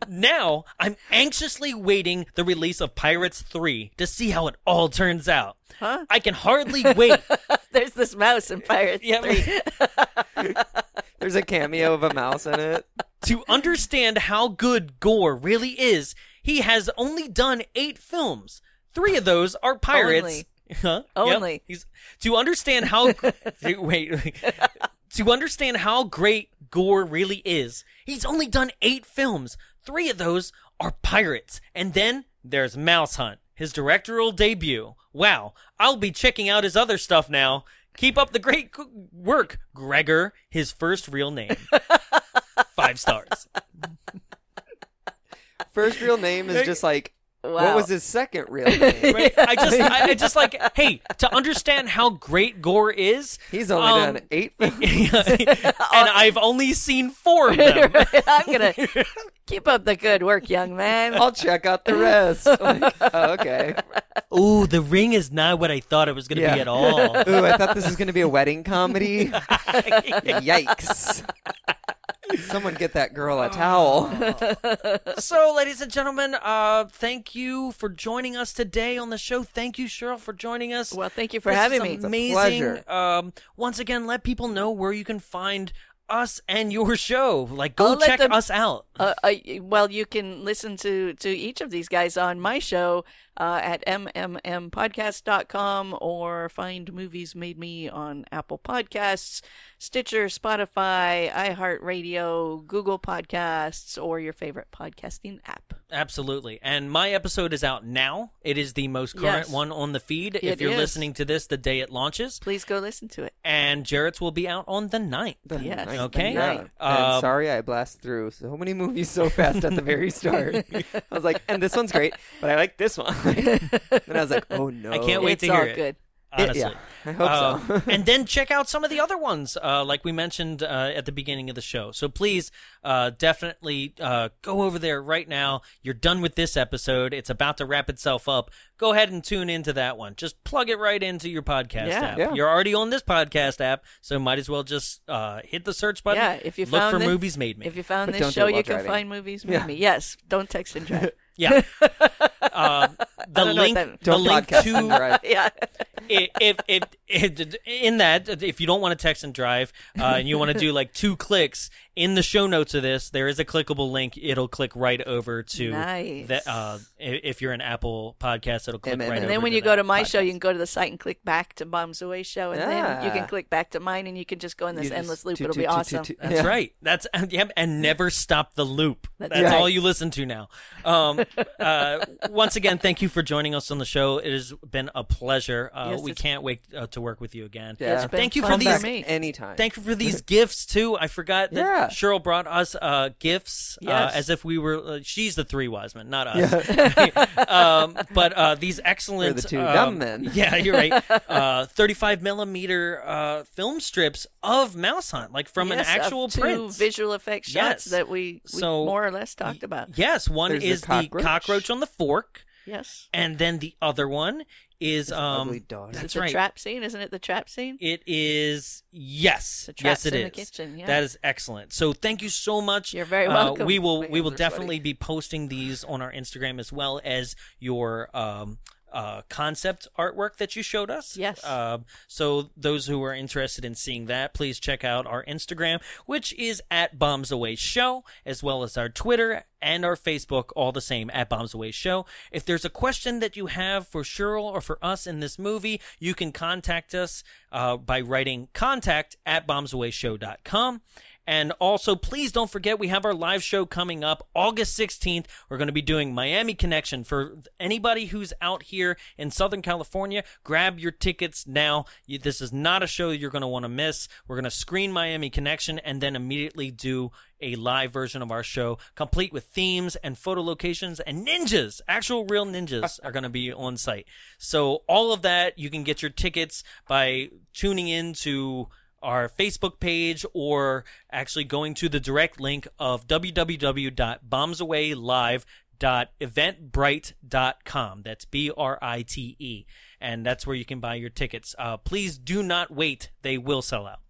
Now, I'm anxiously waiting the release of Pirates 3 to see how it all turns out. I can hardly wait. There's this mouse in Pirates Yeah, Three. There's a cameo of a mouse in it. to understand how good Gore really is, he has only done 8 films. 3 of those are Pirates. Only. Huh? Only. Yep. He's, to understand how wait, wait. to understand how great Gore really is, he's only done eight films. Three of those are pirates, and then there's Mouse Hunt, his directorial debut. Wow, I'll be checking out his other stuff now. Keep up the great g- work, Gregor. His first real name. Five stars. First real name is just like, what Wow. was his second real name? Right? I just, I, I just like, hey, to understand how great Gore is, He's only um, done eight films. and I've only seen four of them. I'm gonna keep up the good work, young man. I'll check out the rest. Like, oh, okay. Ooh, the ring is not what I thought it was going to Yeah. be at all. Ooh, I thought this was going to be a wedding comedy. Yikes. Someone get that girl a towel. so, ladies and gentlemen, uh, thank you for joining us today on the show. Thank you, Cheryl, for joining us. Well, thank you for This is having me. a Amazing. pleasure. Um, once again, let people know where you can find us and your show. Like, I'll go let check them- us out. Uh, uh, well, you can listen to, to each of these guys on my show uh, at mmmpodcast.com or find Movies Made Me on Apple Podcasts, Stitcher, Spotify, iHeartRadio, Google Podcasts, or your favorite podcasting app. Absolutely. And my episode is out now. It is the most current Yes. one on the feed. It if you're is. listening to this the day it launches. Please go listen to it. And Jarrett's will be out on the 9th. Yes. Okay. Yeah. Right. Uh, and sorry I blast through so many movies so fast at the very start. I was like, and this one's great, but I like this one. and I was like, oh no. I can't wait it's to all hear it. good. honestly. yeah, I hope Uh, and then check out some of the other ones, uh, like we mentioned uh, at the beginning of the show. So please uh, definitely uh, go over there right now. You're done with this episode. It's about to wrap itself up. Go ahead and tune into that one. Just plug it right into your podcast Yeah. app. Yeah. You're already on this podcast app, so might as well just uh, hit the search button. Yeah, if you look found for thi- movies made me. If you found But this don't do show, it while you can driving. find Movies Made Me. Yes, don't text and drive. yeah. uh, the don't know what link, that- the Don't link podcast to and drive. yeah. if, if, if, if in that if you don't want to text and drive uh, and you want to do like two clicks in the show notes of this there is a clickable link it'll click right over to Nice. the, uh, i- if you're an apple podcast it'll click And then- right over and And then when to you go that to my show, podcast. you can go to the site and click back to Bombs Away show, and then you Yeah. can click back to mine, and you can just go in this You just endless loop. toot, It'll toot, be toot, awesome. toot, toot. That's Yeah. right. That's yep, and never stop the loop. That's That's, right. all you listen to now. Um, uh, once again, thank you for joining us on the show. It has been a pleasure. Uh, Yes, we it's- can't wait uh, to work with you again. Yeah. It's And thank been you for fun Come for these back me. anytime. Thank you for these gifts too. I forgot that Yeah. Cheryl brought us uh, gifts Yes. uh, as if we were. Uh, she's the three wise men, not us. um, but uh, these excellent. We're the two um, dumb men. Yeah, you're right. Uh, 35 millimeter uh, film strips of Mouse Hunt, like from Yes, an of actual two print. visual effect shots Yes. that we, we So- more or less talked about. Yes, one There's the is the cockroach. cockroach. on the fork, Yes. and then the other one is um. ugly dog. That's the right. trap scene, isn't it? The trap scene. It is yes, The traps yes, it in is. the kitchen, yeah. That is excellent. So thank you so much. You're very Uh, welcome. we will My we will hands are sweaty. definitely be posting these on our Instagram as well as your um, uh, concept artwork that you showed us. Yes. Um, so those who are interested in seeing that, please check out our Instagram, which is at Bombs Away Show, as well as our Twitter and our Facebook, all the same at Bombs Away Show. If there's a question that you have for Cheryl or for us in this movie, you can contact us uh, by writing contact at bombsawayshow.com. And also, please don't forget we have our live show coming up August 16th. We're going to be doing Miami Connection. For anybody who's out here in Southern California, grab your tickets now. You- This is not a show you're going to want to miss. We're going to screen Miami Connection and then immediately do a live version of our show, complete with themes and photo locations and ninjas. Actual real ninjas are going to be on site. So, all of that, you can get your tickets by tuning in to our Facebook page or actually going to the direct link of www.bombsawaylive.eventbrite.com. That's B R I T E. And that's where you can buy your tickets. Uh, please do not wait, they will sell out.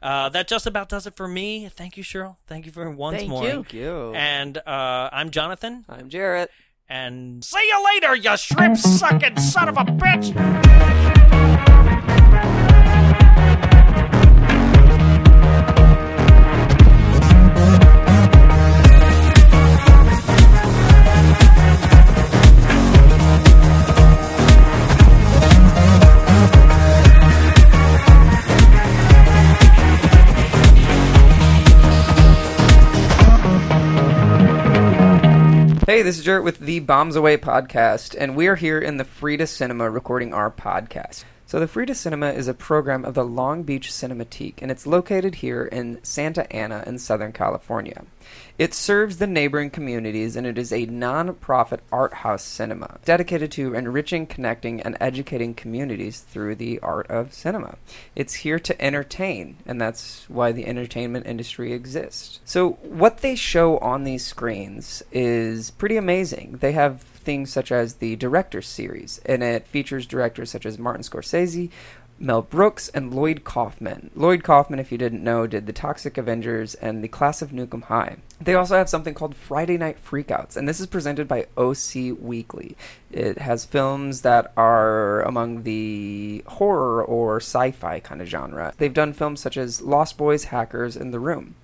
Uh, that just about does it for me. Thank you, Cheryl. Thank you for once Thank more. you. Thank you. And uh, I'm Jonathan. I'm Jarrett. And See you later, you shrimp sucking son of a bitch! Hey, this is Jarrett with the Bombs Away podcast, and we are here in the Frida Cinema recording our podcast. So, the Frida Cinema is a program of the Long Beach Cinematique, and it's located here in Santa Ana in Southern California. It serves the neighboring communities, and it is a non-profit art house cinema dedicated to enriching, connecting, and educating communities through the art of cinema. It's here to entertain, and that's why the entertainment industry exists. So, what they show on these screens is pretty amazing. They have things such as the Directors Series, and it features directors such as Martin Scorsese. Mel Brooks and Lloyd Kaufman. Lloyd Kaufman, if you didn't know, did The Toxic Avengers and The Class of Nukem High. They also have something called Friday Night Freakouts, and this is presented by OC Weekly. It has films that are among the horror or sci fi kind of genre. They've done films such as Lost Boys, Hackers, and The Room.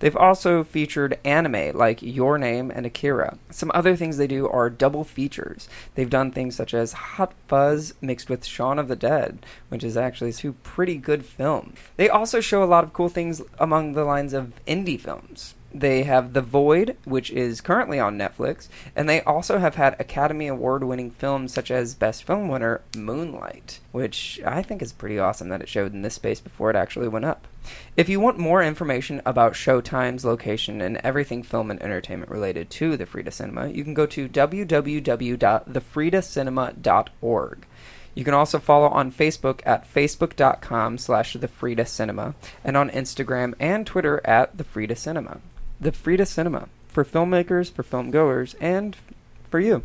They've also featured anime like Your Name and Akira. Some other things they do are double features. They've done things such as Hot Fuzz mixed with Shaun of the Dead, which is actually two pretty good films. They also show a lot of cool things among the lines of indie films. They have The Void, which is currently on Netflix, and they also have had Academy Award winning films such as Best Film winner Moonlight, which I think is pretty awesome that it showed in this space before it actually went up. If you want more information about showtimes, location, and everything film and entertainment related to the Frida Cinema, you can go to www.thefridacinema.org. You can also follow on Facebook at facebook.com slash the Frida Cinema and on Instagram and Twitter at the Frida Cinema. The Frida Cinema for filmmakers, for film goers, and for you.